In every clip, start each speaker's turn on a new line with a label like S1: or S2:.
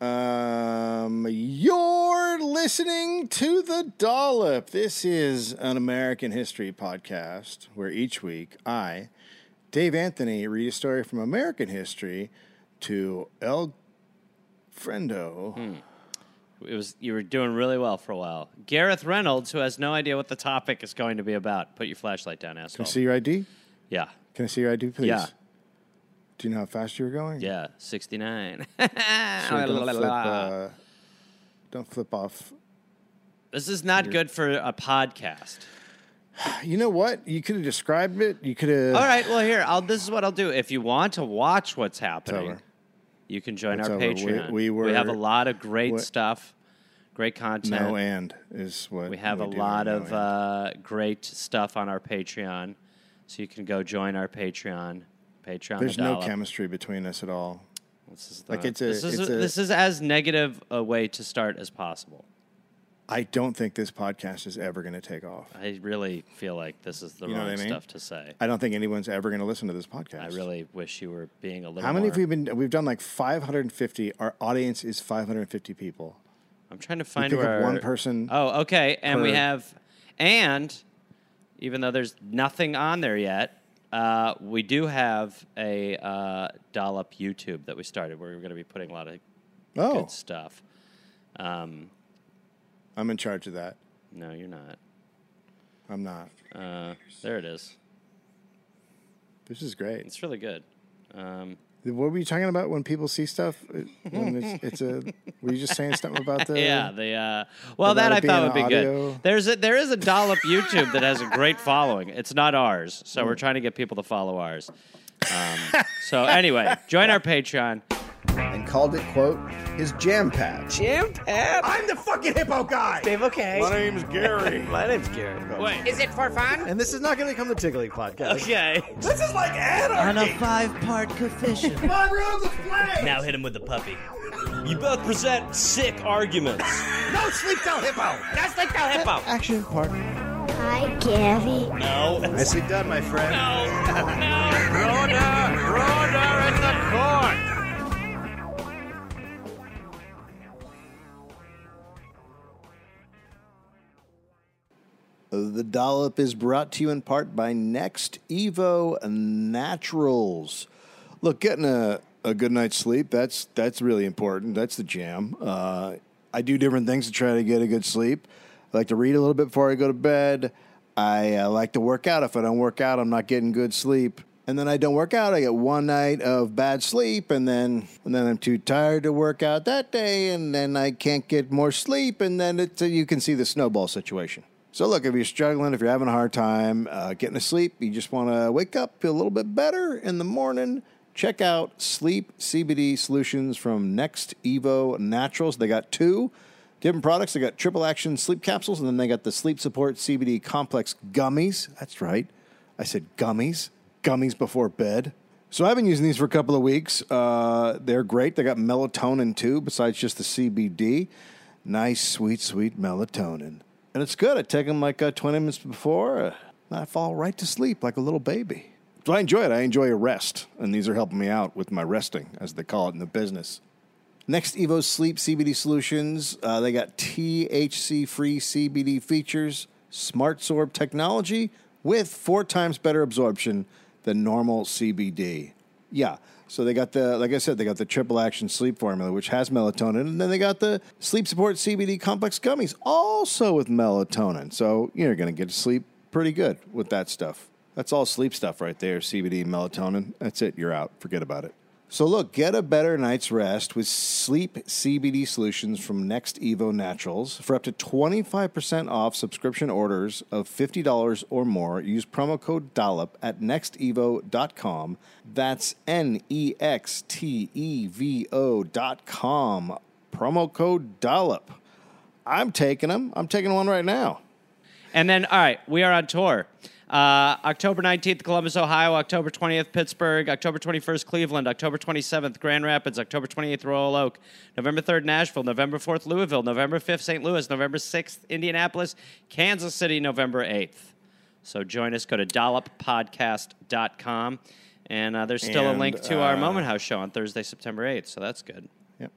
S1: Um, listening to The Dollop. This is an American history podcast where each week I, Dave Anthony, read a story from American history to El Friendo.
S2: Hmm. It was you were doing really well for a while. Gareth Reynolds, who has no idea what the topic is going to be about, put your flashlight down,
S1: Can
S2: asshole.
S1: I see your ID?
S2: yeah,
S1: Can I see your ID, please?
S2: Yeah.
S1: Do you know how fast you were going?
S2: yeah, sixty nine.
S1: So don't, flip, uh, don't flip off.
S2: this is not good for a podcast.
S1: You know what? You could have described it. You could have.
S2: All right, well here, I'll, this is what I'll do. If you want to watch what's happening,
S1: over.
S2: you can join
S1: It's
S2: our
S1: over. We-
S2: Patreon.
S1: we were-
S2: have a lot of great
S1: what-
S2: stuff, great content.
S1: No and is what
S2: We have a
S1: do,
S2: lot
S1: no
S2: of
S1: and.
S2: uh, great stuff on our Patreon, so you can go join our Patreon. Patreon.
S1: There's
S2: the
S1: no
S2: dollar.
S1: chemistry between us at all.
S2: This is
S1: like,
S2: the-
S1: it's a-
S2: this is
S1: it's a-
S2: this is as negative a way to start as possible.
S1: I don't think this podcast is ever going to take off.
S2: I really feel like this is the
S1: You know
S2: wrong
S1: what I mean?
S2: stuff to say.
S1: I don't think anyone's ever going to listen to this podcast.
S2: I really wish you were being a little.
S1: How many
S2: more,
S1: have we been? We've done like 550. Our audience is 550 people.
S2: I'm trying to find
S1: pick up
S2: where
S1: one person
S2: Oh, okay, and we
S1: per-
S2: have, and even though there's nothing on there yet, uh, we do have a uh, dollop YouTube that we started. Where we're going to be putting a lot of
S1: Oh,
S2: good stuff. Um,
S1: I'm in charge of that.
S2: no, you're not.
S1: I'm not.
S2: Uh, there it is.
S1: This is great.
S2: It's really good. Um,
S1: What were you talking about when people see stuff? It- When it's, it's a. Were you just saying something about the?
S2: yeah, the uh, well,
S1: Without
S2: that I
S1: it
S2: thought
S1: being
S2: would be
S1: audio.
S2: good. There's a, there is a dollop YouTube that has a great following. It's not ours, so we're trying to get people to follow ours. Um, so anyway, join our Patreon.
S3: and called it, quote, his jam patch.
S4: Jam Pap? I'm the fucking hippo guy! Dave, okay. My name's Gary. My name's Gary.
S2: Wait,
S5: Is it for fun?
S3: And this is not going to become the Tickly podcast.
S2: okay.
S4: On a five part coefficient. My rules of play! Now hit him with the puppy. You both present sick arguments.
S5: That's like the hippo.
S3: Action part.
S6: Hi, Gary.
S4: No.
S3: Nicely done, my friend.
S1: The Dollop is brought to you in part by Next Evo Naturals. Look, getting a, a good night's sleep, that's that's really important. That's the jam. Uh, I do different things to try to get a good sleep. I like to read a little bit before I go to bed. I uh, like to work out. If I don't work out, I'm not getting good sleep. And then I don't work out. I get one night of bad sleep, and then and then I'm too tired to work out that day, and then I can't get more sleep, and then it's you can see the snowball situation. So look, if you're struggling, if you're having a hard time uh, getting to sleep, you just want to wake up, feel a little bit better in the morning. Check out Sleep CBD Solutions from Next Evo Naturals. They got two different products. They got triple action sleep capsules, and then they got the Sleep Support CBD Complex gummies. That's right. I said gummies, gummies before bed. So I've been using these for a couple of weeks. Uh, they're great. They got melatonin too, besides just the CBD. Nice, sweet, sweet melatonin, and it's good. I take them like uh, twenty minutes before, uh, and I fall right to sleep like a little baby. So I enjoy it. I enjoy a rest, and these are helping me out with my resting, as they call it in the business. Next Evo Sleep CBD Solutions. Uh, they got THC free CBD features, smart sorb technology with four times better absorption than normal CBD. Yeah. So they got the, like I said, they got the triple action sleep formula, which has melatonin, and then they got the sleep support CBD complex gummies, also with melatonin. So you're going to get to sleep pretty good with that stuff. That's all sleep stuff right there CBD, melatonin. That's it. You're out. Forget about it. So, look, get a better night's rest with Sleep CBD Solutions from Next Evo Naturals. For up to 25% off subscription orders of $50 or more, use promo code DOLLOP at nextevo.com. That's N E X T E V O.com. Promo code DOLLOP. I'm taking them. I'm taking one right now.
S2: And then, all right, we are on tour. Uh, October 19th, Columbus, Ohio. October 20th, Pittsburgh. October 21st, Cleveland. October 27th, Grand Rapids. October 28th, Royal Oak. November 3rd, Nashville. November 4th, Louisville. November 5th, St. Louis. November 6th, Indianapolis. Kansas City, November 8th. So join us. Go to dolloppodcast.com. And uh, there's still a
S1: And,
S2: link to our
S1: uh,
S2: Moment House show on Thursday, September 8th. So that's good.
S1: Yep.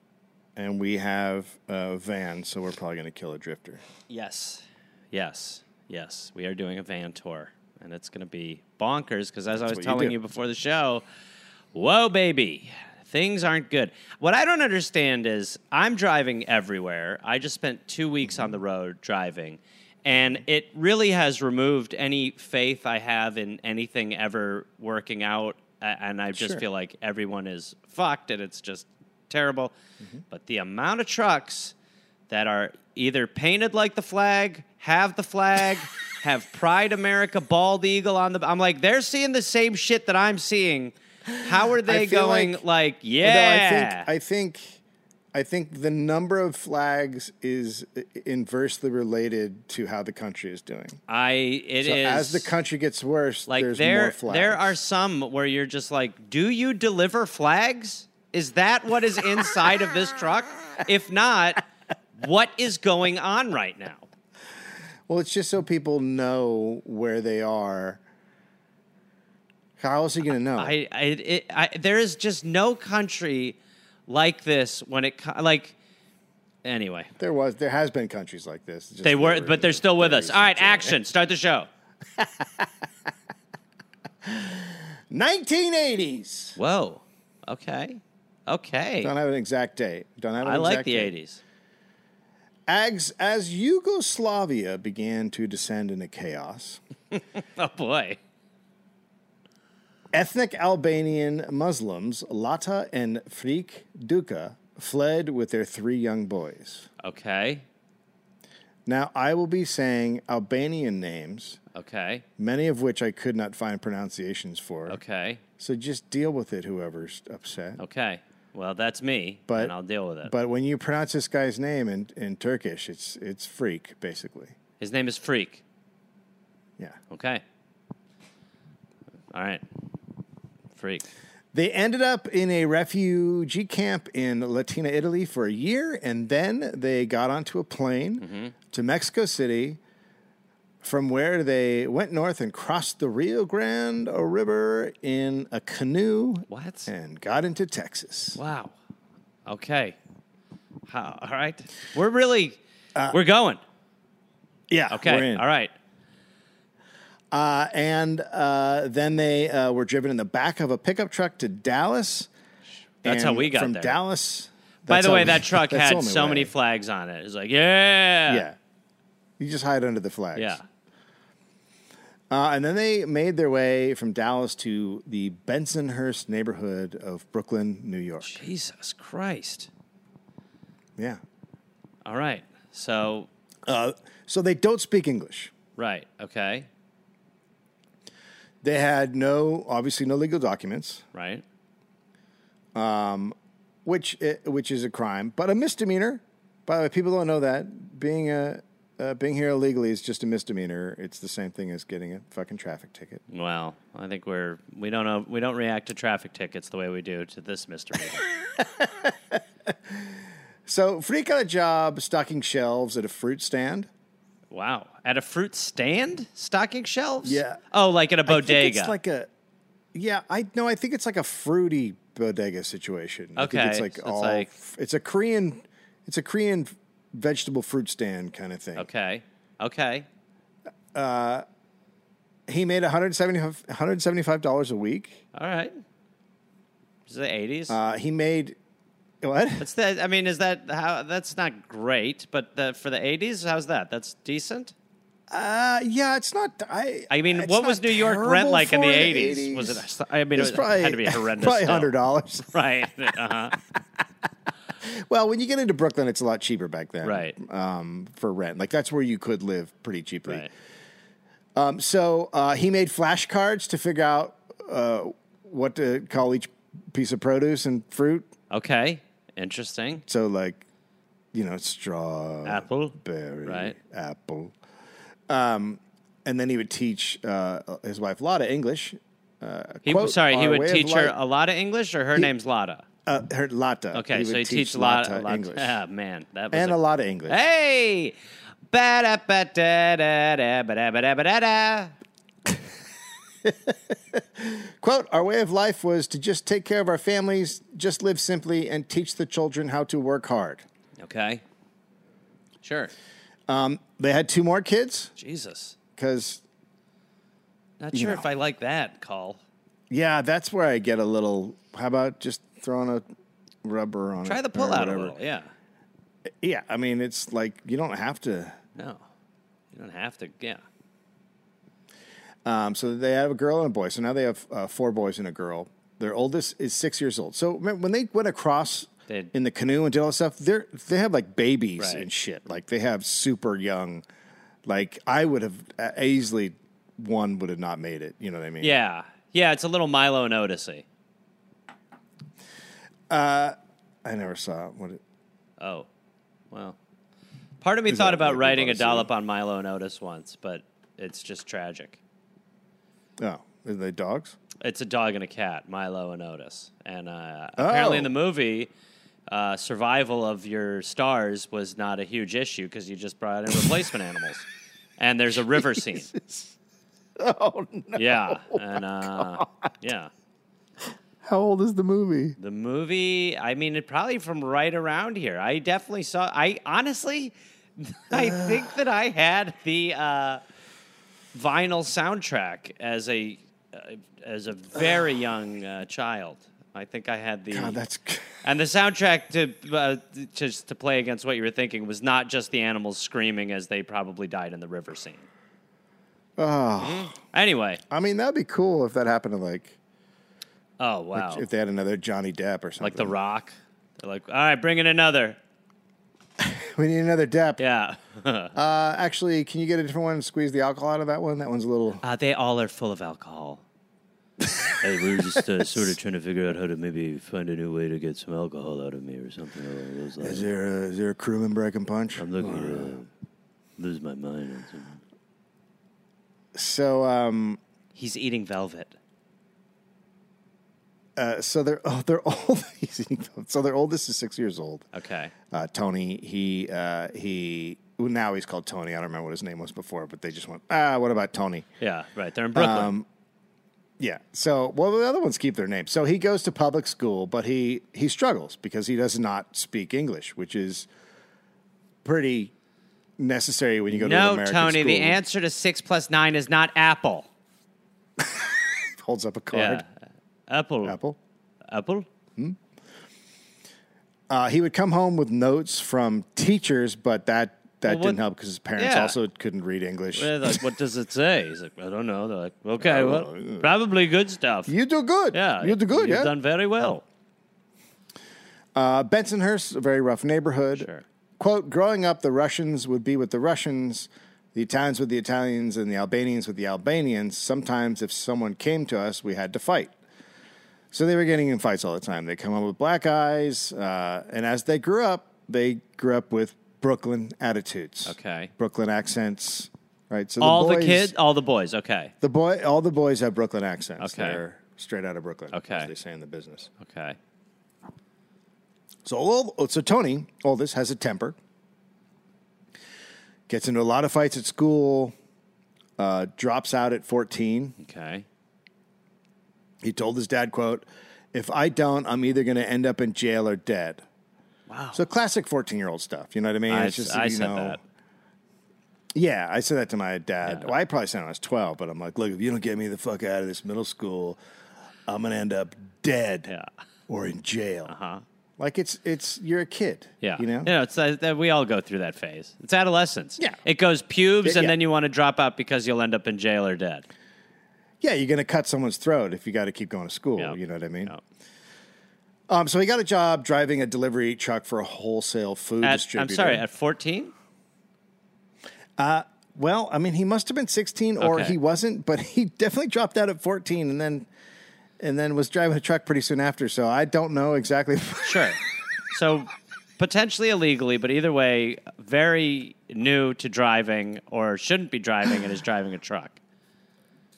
S1: and we have a van, so we're probably going to kill a drifter.
S2: Yes. Yes. Yes. We are doing a van tour, and it's going to be bonkers because, as I was
S1: what you
S2: telling
S1: do.
S2: you before the show, whoa, baby, things aren't good. What I don't understand is I'm driving everywhere. I just spent two weeks on the
S1: Mm-hmm.
S2: road driving, and it really has removed any faith I have in anything ever working out. a- And I just
S1: Sure.
S2: feel like everyone is fucked and it's just terrible.
S1: Mm-hmm.
S2: But the amount of trucks that are either painted like the flag, have the flag, have Pride America bald eagle on the. I'm like, they're seeing the same shit that I'm seeing. How are they
S1: feel
S2: going? Like,
S1: like-
S2: yeah,
S1: Although I think I think I think the number of flags is i- inversely related to how the country is doing.
S2: I, it is
S1: So as the country gets worse,
S2: like
S1: there's
S2: there
S1: more flags.
S2: there are some where you're just like, do you deliver flags? Is that what is inside of this truck? If not, what is going on right now?
S1: Well, it's just so people know where they are. How else are you going to know?
S2: I, I, it, I, there is just no country like this when it co- like. Anyway,
S1: there was there has been countries like this. Just
S2: they were,
S1: never
S2: but they're still with us.
S1: very
S2: All right,
S1: recently.
S2: action! Start the show.
S1: 1980s.
S2: Whoa. Okay. Okay.
S1: Don't have an exact date. Don't have an
S2: I
S1: exact
S2: like the
S1: date.
S2: '80s.
S1: As, as Yugoslavia began to descend into chaos,
S2: Oh boy.
S1: ethnic Albanian Muslims Lata and Frik Duka fled with their three young boys.
S2: Okay.
S1: Now, I will be saying Albanian names,
S2: Okay.
S1: many of which I could not find pronunciations for.
S2: Okay.
S1: So just deal with it, whoever's upset.
S2: Okay. Well, that's me,
S1: But-
S2: and I'll deal with it.
S1: But when you pronounce this guy's name in, in Turkish, it's it's freak, basically.
S2: His name is Freak.
S1: Yeah.
S2: Okay. All right. Freak.
S1: They ended up in a refugee camp in Latina Italy for a year, and then they got onto a plane
S2: Mm-hmm.
S1: to Mexico City, from where they went north and crossed the Rio Grande River in a canoe
S2: What?
S1: and got into Texas.
S2: Wow. Okay. How, all right. We're really we're going.
S1: Yeah,
S2: Okay.
S1: we're Uh, in.
S2: All right.
S1: Uh, and uh, then they uh, were driven in the back of a pickup truck to Dallas.
S2: That's how
S1: And
S2: we got
S1: from
S2: there.
S1: Dallas.
S2: By
S1: that's
S2: the
S1: how
S2: way,
S1: we-
S2: that truck
S1: that's the
S2: had
S1: only
S2: so
S1: way.
S2: many flags on it. It's like, yeah.
S1: Yeah, you just hide under the flags.
S2: Yeah.
S1: Uh, and then they made their way from Dallas to the Bensonhurst neighborhood of Brooklyn, New York.
S2: Jesus Christ.
S1: Yeah.
S2: All right. So,
S1: Uh, so they don't speak English.
S2: right. Okay.
S1: They had no, obviously, no legal documents,
S2: Right.
S1: which i- which is a crime, but a misdemeanor. By the way, people don't know that being a uh, being here illegally is just a misdemeanor. It's the same thing as getting a fucking traffic ticket.
S2: Well, I think we're we don't know we don't react to traffic tickets the way we do to this misdemeanor.
S1: So Freak got a job stocking shelves at a fruit stand.
S2: wow. At a fruit stand? Stocking shelves?
S1: Yeah.
S2: Oh, like at a
S1: I
S2: bodega.
S1: think it's like a yeah. I no. I think it's like a fruity bodega situation. I think it's
S2: Okay,
S1: like
S2: so it's
S1: all.
S2: like-
S1: it's a Korean. It's a Korean vegetable fruit stand kind of thing.
S2: okay. Okay.
S1: He made 175 dollars a week.
S2: All right. Is it the 80s?
S1: Uh, he made what?
S2: That's that. I mean, is that how? That's not great, but the, for the '80s, how's that? That's decent.
S1: Uh, yeah, it's not. I.
S2: I mean,
S1: it's
S2: what was
S1: not
S2: New York rent
S1: terrible
S2: like in
S1: for
S2: the '80s? Was it? I mean,
S1: It's
S2: it
S1: probably
S2: had to be horrendous.
S1: Probably
S2: still.
S1: hundred dollars.
S2: Right. Uh-huh.
S1: Well, when you get into Brooklyn, it's a lot cheaper back then,
S2: Right.
S1: Um, for rent, like that's where you could live pretty cheaply.
S2: right.
S1: Um, so uh, he made flashcards to figure out uh, what to call each piece of produce and fruit.
S2: Okay. Interesting.
S1: So, like, you know, straw,
S2: Apple.
S1: berry,
S2: Right.
S1: apple. Um, and then he would teach uh, his wife Lotta English. Uh,
S2: He
S1: quote,
S2: sorry. He
S1: "Our
S2: would
S1: way of
S2: teach her
S1: life-
S2: a lot of English, or her name's Lotta.
S1: uh, her Lotta.
S2: Okay,
S1: he
S2: so
S1: would
S2: he
S1: teach
S2: teach Lotta,
S1: Lotta
S2: Lotta
S1: English
S2: Ah, man, that was
S1: and
S2: a,
S1: a lot of English.
S2: Hey. Ba da ba da da da ba da ba da ba da.
S1: Quote, our way of life was to just take care of our families, just live simply, and teach the children how to work hard.
S2: Okay. Sure.
S1: They had two more kids
S2: Jesus.
S1: because,
S2: Not sure if I like that call.
S1: yeah, that's where I get a little. How about just throwing a rubber on it?
S2: Try the
S1: or
S2: pull out a
S1: whatever?
S2: little. Yeah.
S1: Yeah, I mean, it's like you don't have to.
S2: No. You don't have to. Yeah.
S1: Um, so they have a girl and a boy. So now they have uh, four boys and a girl. Their oldest is six years old. So man, when they went across
S2: They-
S1: in the canoe and did all that stuff, they are they have like babies
S2: Right.
S1: and shit. Like they have super young. Like I would have uh, easily one would have not made it. You know what I mean?
S2: Yeah. Yeah. It's a little Milo and Odyssey.
S1: I never saw it. What it
S2: Oh. Well. Part of me
S1: Is
S2: thought
S1: that
S2: about
S1: what
S2: writing a
S1: Odyssey-
S2: dollop on Milo and Otis once, but it's just tragic.
S1: oh, are they dogs?
S2: It's a dog and a cat, Milo and Otis. And uh, apparently, in
S1: Oh.
S2: the movie, uh, survival of your stars was not a huge issue because you just brought in replacement animals. And there's a river scene.
S1: Oh, no.
S2: Yeah. And uh, yeah.
S1: how old is the movie?
S2: The movie, I mean, it probably from right around here. I definitely saw. I honestly, I think that I had the uh, vinyl soundtrack as a uh, as a very young uh, child. I think I had the
S1: God, that's
S2: and the soundtrack to uh, just to play against what you were thinking was not just the animals screaming as they probably died in the river scene.
S1: Ah.
S2: Oh. Anyway,
S1: I mean, that'd be cool if that happened to like
S2: oh wow,
S1: if they had another Johnny Depp or something.
S2: like The Rock. They're like, all right, bring in another.
S1: we need another Depp.
S2: Yeah.
S1: Uh, actually, can you get a different one and squeeze the alcohol out of that one? That one's a little.
S2: Uh, they all are full of alcohol.
S7: Hey, we were just uh, sort of trying to figure out how to maybe find a new way to get some alcohol out of me or something along
S1: Is
S7: those lines.
S1: there a, is there a crewman breaking punch?
S7: I'm looking to uh, lose my mind on something.
S1: So, um,
S2: He's eating velvet.
S1: uh, so they're oh, they're old. he's eating- so their oldest is six years old.
S2: Okay.
S1: Uh, Tony, he uh, he well, now he's called Tony. I don't remember what his name was before, but they just went ah. What about Tony?
S2: Yeah, right. They're in Brooklyn.
S1: Um, Yeah. So well, the other ones keep their names. So he goes to public school, but he he struggles because he does not speak English, which is pretty necessary when you go to an
S2: no,
S1: American
S2: Tony, the
S1: school.
S2: answer to six plus nine is not apple.
S1: holds up a card.
S2: Yeah. Apple.
S1: Apple.
S2: Apple?
S1: Uh, he would come home with notes from teachers, but that that
S2: Well, what-
S1: didn't help because his parents
S2: Yeah.
S1: also couldn't read English.
S2: They're like, what does it say? He's like, I don't know. They're like, okay,
S1: don't
S2: well,
S1: know.
S2: probably good stuff.
S1: Oh, you do good.
S2: yeah.
S1: you do good.
S2: You've
S1: yeah.
S2: done very well.
S1: Uh, Bensonhurst, a very rough neighborhood.
S2: Sure.
S1: Quote: Growing up, the Russians would be with the Russians, the Italians with the Italians, and the Albanians with the Albanians. Sometimes, if someone came to us, we had to fight. So they were getting in fights all the time. They come up with black eyes, uh, and as they grew up, they grew up with Brooklyn attitudes.
S2: Okay.
S1: Brooklyn accents. Right. So
S2: all
S1: the
S2: the
S1: boys-
S2: kids, all the boys. Okay.
S1: The boy, all the boys have Brooklyn accents.
S2: Okay.
S1: They're straight out of Brooklyn.
S2: Okay.
S1: as they say in the business.
S2: Okay.
S1: So, old, so Tony, oldest, has a temper. Gets into a lot of fights at school. Uh, drops out at fourteen.
S2: Okay.
S1: He told his dad, "quote If I don't, I'm either going to end up in jail or dead." Wow. So classic fourteen-year-old stuff. You know what I mean?
S2: I,
S1: It's just,
S2: I
S1: you
S2: said
S1: know-
S2: that.
S1: Yeah, I said that to my dad.
S2: Yeah.
S1: Well, I probably said it when I was 12, but I'm like, look, if you don't get me the fuck out of this middle school, I'm going to end up dead
S2: Yeah.
S1: or in jail. Uh-huh. Like it's, it's, you're a kid.
S2: Yeah.
S1: You know?
S2: it's uh, that we all go through that phase. It's adolescence.
S1: Yeah.
S2: It goes pubes
S1: Yeah,
S2: and
S1: yeah.
S2: then you want to drop out because you'll end up in jail or dead.
S1: Yeah, you're going to cut someone's throat if you got to keep going to school.
S2: Yeah.
S1: You know what I mean?
S2: Yeah.
S1: Um, so he got a job driving a delivery truck for a wholesale food
S2: At- I'm
S1: distributor.
S2: sorry, at 14?
S1: well, I mean, he must have been 16 or
S2: Okay.
S1: he wasn't, but he definitely dropped out at 14 and then, and then was driving a truck pretty soon after. So I don't know exactly.
S2: Sure. so potentially illegally, but either way, very new to driving or shouldn't be driving and is driving a truck.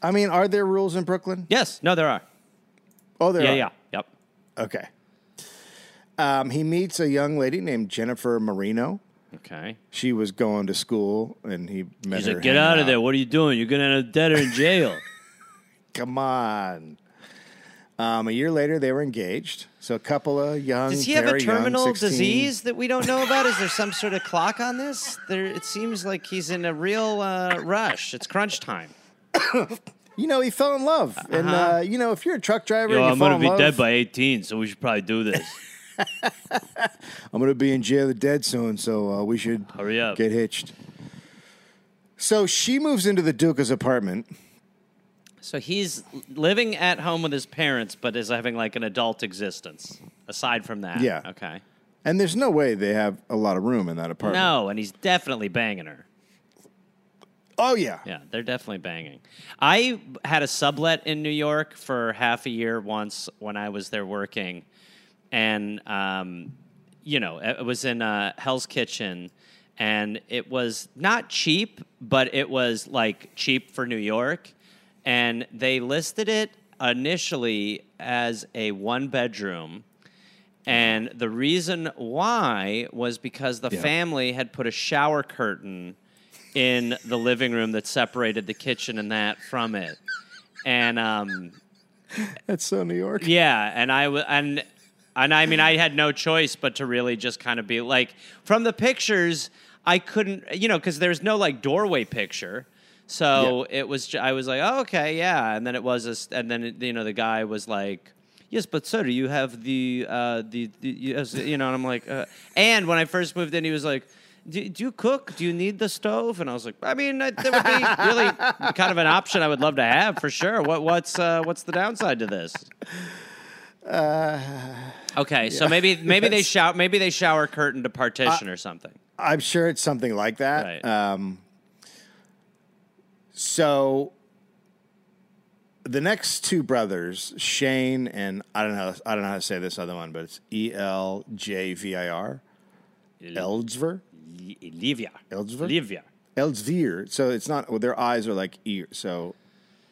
S1: I mean, are there rules in Brooklyn?
S2: Yes. No, there are.
S1: Oh, there
S2: yeah,
S1: are.
S2: yeah. Yep.
S1: Okay. Um, he meets a young lady named Jennifer Marino.
S2: Okay.
S1: She was going to school, and he met
S7: He's
S1: her.
S7: like, get
S1: hanging
S7: out of there. What are you doing? You're going to end up dead or in jail.
S1: Come on. Um, a year later, they were engaged. So a couple of young,
S2: Does he have a
S1: very young,
S2: terminal
S1: 16
S2: disease that we don't know about? Is there some sort of clock on this? There, it seems like he's in a real uh, rush. It's crunch time.
S1: You know, he fell in love, and
S2: Uh-huh.
S1: uh, you know, if you're a truck driver,
S7: Yo,
S1: and you
S7: I'm
S1: fall
S7: gonna
S1: in
S7: be
S1: love,
S7: dead by 18, so we should probably do this.
S1: I'm going to be in jail or dead soon, so uh, we should
S7: Hurry up.
S1: get hitched. So she moves into the Duca's apartment.
S2: So he's living at home with his parents, but is having like an adult existence aside from that.
S1: Yeah.
S2: Okay.
S1: And there's no way they have a lot of room in that apartment.
S2: No, and he's definitely banging her.
S1: Oh, yeah.
S2: Yeah, they're definitely banging. I had a sublet in New York for half a year once when I was there working, and um, you know it it was in uh, Hell's Kitchen, and it was not cheap, but it was like cheap for New York, and they listed it initially as a one bedroom. And the reason why was because the family had put a shower curtain in the living room that separated the kitchen and that from it. And um,
S1: That's so New York.
S2: yeah, and I w- and and I mean I had no choice but to really just kind of be like from the pictures I couldn't you know because there's no like doorway picture. So it was ju- I was like oh, okay yeah and then it was a, s- and then it, you know the guy was like yes but sir you have the uh, the, the yes, you know and I'm like uh, and when I first moved in he was like do, do you cook do you need the stove and I was like I mean I, that would be really kind of an option I would love to have for sure what what's uh, what's the downside to this Okay, so maybe maybe they shower maybe they shower curtain to
S1: Uh,
S2: partition or something.
S1: I'm sure it's something like that.
S2: Right.
S1: Um, so the next two brothers, Shane and I don't know, I don't know how to say this other one, but it's E L J V I R, Eldsver,
S2: Livia,
S1: Eldsver,
S2: Livia,
S1: Eldsvir. So it's not well, their eyes are like ear. So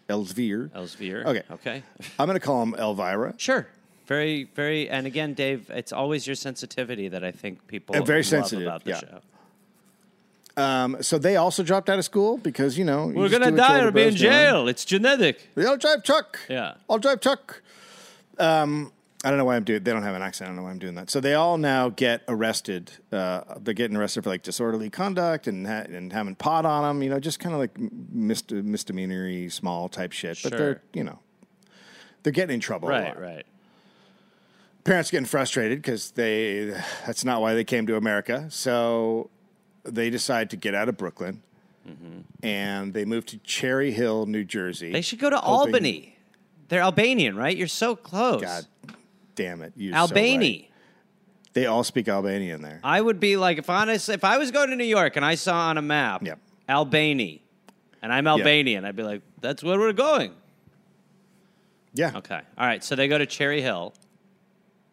S1: Eldsvir.
S2: Oh. Elsevier.
S1: Okay.
S2: okay,
S1: I'm gonna call him Elvira.
S2: sure. Very, very, and again, Dave, it's always your sensitivity that I think people
S1: Uh, very
S2: love
S1: sensitive,
S2: about the
S1: yeah.
S2: show.
S1: Um, so they also dropped out of school because you know you
S2: We're
S1: just
S2: gonna
S1: do what your
S2: die or
S1: older
S2: be in
S1: brother's doing.
S2: jail. It's genetic.
S1: I'll drive truck.
S2: Yeah.
S1: I'll drive truck. Um, I don't know why I'm doing. They don't have an accent. I don't know why I'm doing that. So they all now get arrested. Uh, they're getting arrested for like disorderly conduct and ha- and having pot on them. You know, just kind of like mis- misdemeanory, small type shit. But
S2: Sure.
S1: they're you know, they're getting in trouble. a
S2: Right,
S1: lot.
S2: right.
S1: Parents getting frustrated because they that's not why they came to America. So they decide to get out of Brooklyn. And they move to Cherry Hill, New Jersey.
S2: Mm-hmm. They should go to
S1: hoping-
S2: Albany. They're Albanian, right? You're so close.
S1: God damn it. You're so
S2: Albany. Uh,
S1: right. They all speak Albanian there.
S2: I would be like if honest if I was going to New York and I saw on a map
S1: Yep.
S2: Albany and I'm Albanian, I'd be like, that's where we're going.
S1: yeah.
S2: Okay. All right. So they go to Cherry Hill.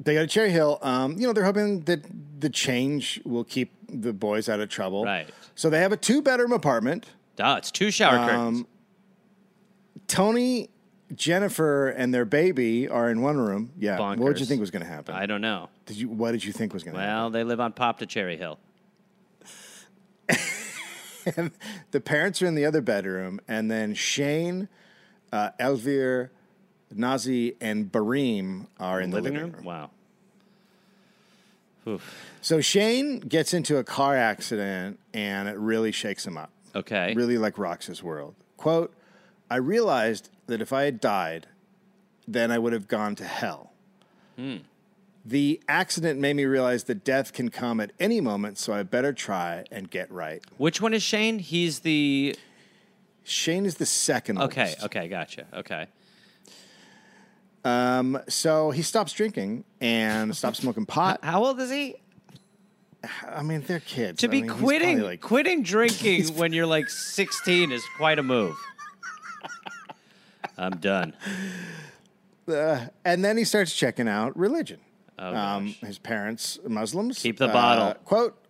S1: They go to Cherry Hill. Um, you know, they're hoping that the change will keep the boys out of trouble.
S2: Right.
S1: So they have a two bedroom apartment.
S2: Duh, it's two shower curtains.
S1: Um, Tony, Jennifer, and their baby are in one room. Yeah. What did you
S2: Bonkers.
S1: think was going to happen?
S2: I don't know.
S1: did you, what did you think was going to
S2: Well, they live on Pop to Cherry Hill.
S1: happen? the parents are in the other bedroom, and then Shane, uh, Elvir, Nazi, and Bareem are in the
S2: Living room? Wow.
S1: So Shane gets into a car accident and it really shakes him up.
S2: Okay.
S1: Really like rocks his world. Quote, I realized that if I had died, then I would have gone to hell.
S2: Hmm.
S1: The accident made me realize that death can come at any moment, so I better try and get right.
S2: Which one is Shane? He's the
S1: Shane is the second
S2: Okay,
S1: oldest.
S2: okay, gotcha. Okay.
S1: So he stops drinking and stops smoking pot.
S2: How old is he?
S1: I mean, they're kids.
S2: To
S1: I
S2: be
S1: mean, he's probably
S2: quitting
S1: like-
S2: quitting drinking when you're like 16 is quite a move. I'm done.
S1: and then he starts checking out religion. um,
S2: Oh, gosh.
S1: his parents are Muslims. uh,
S2: Keep the bottle.
S1: Quote: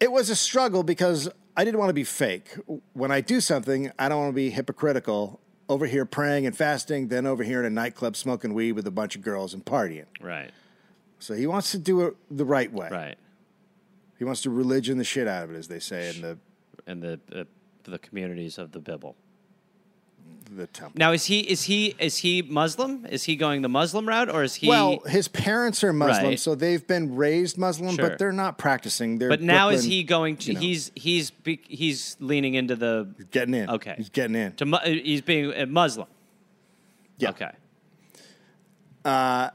S1: It was a struggle because I didn't want to be fake. When I do something, I don't want to be hypocritical. Over here praying and fasting, then over here in a nightclub smoking weed with a bunch of girls and partying.
S2: Right.
S1: So he wants to do it the right way.
S2: Right.
S1: He wants to religion the shit out of it, as they say in the
S2: and the uh, the communities of the Bible.
S1: the temple.
S2: Now is he is he is he Muslim? Is he going the Muslim route or is he
S1: well, his parents are Muslim,
S2: Right.
S1: so they've been raised Muslim,
S2: Sure.
S1: but they're not practicing. They're
S2: But now is
S1: Brooklyn,
S2: he going to
S1: you know,
S2: he's he's be, he's leaning into the
S1: getting in?
S2: Okay.
S1: he's getting in.
S2: to mu- uh, he's being a Muslim.
S1: Yeah.
S2: Okay.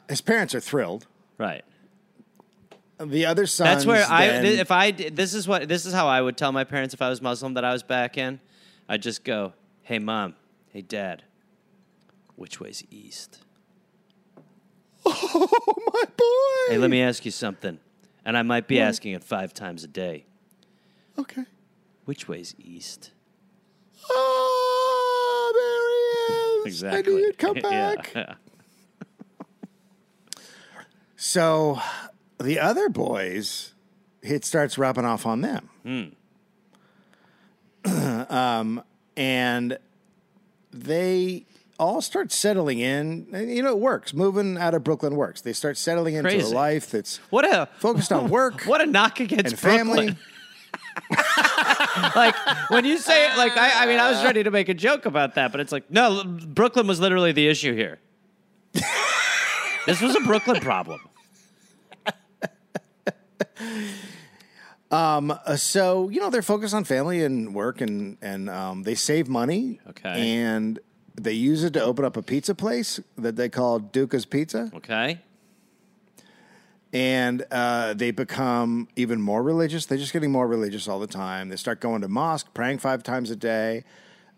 S1: His parents are thrilled.
S2: Right.
S1: The other son.
S2: That's where I
S1: then,
S2: th- if I did- this is what this is how I would tell my parents if I was Muslim that I was back in. I'd just go, "Hey mom, hey dad, which way's east?"
S1: oh my boy.
S2: Hey, let me ask you something, and I might be asking it five times a day.
S1: Okay.
S2: Which way's east?
S1: Oh, Ah, there he is. I knew you'd come
S2: Yeah.
S1: back. So the other boys, it starts rubbing off on them. um,
S2: Hmm.
S1: and they all start settling in. And, You know, it works. Moving out of Brooklyn works. They start settling into a
S2: Crazy.
S1: life that's
S2: What a
S1: focused on work
S2: what a knock against
S1: and family.
S2: Brooklyn. like when you say it, like I, I mean, I was ready to make a joke about that, but it's like no, l- Brooklyn was literally the issue here. this was a Brooklyn problem.
S1: Uh, so you know they're focused on family and work, and and um, they save money.
S2: Okay.
S1: And they use it to open up a pizza place that they call Duca's Pizza.
S2: Okay.
S1: and uh, they become even more religious. They're just getting more religious all the time. They start going to mosque, praying five times a day.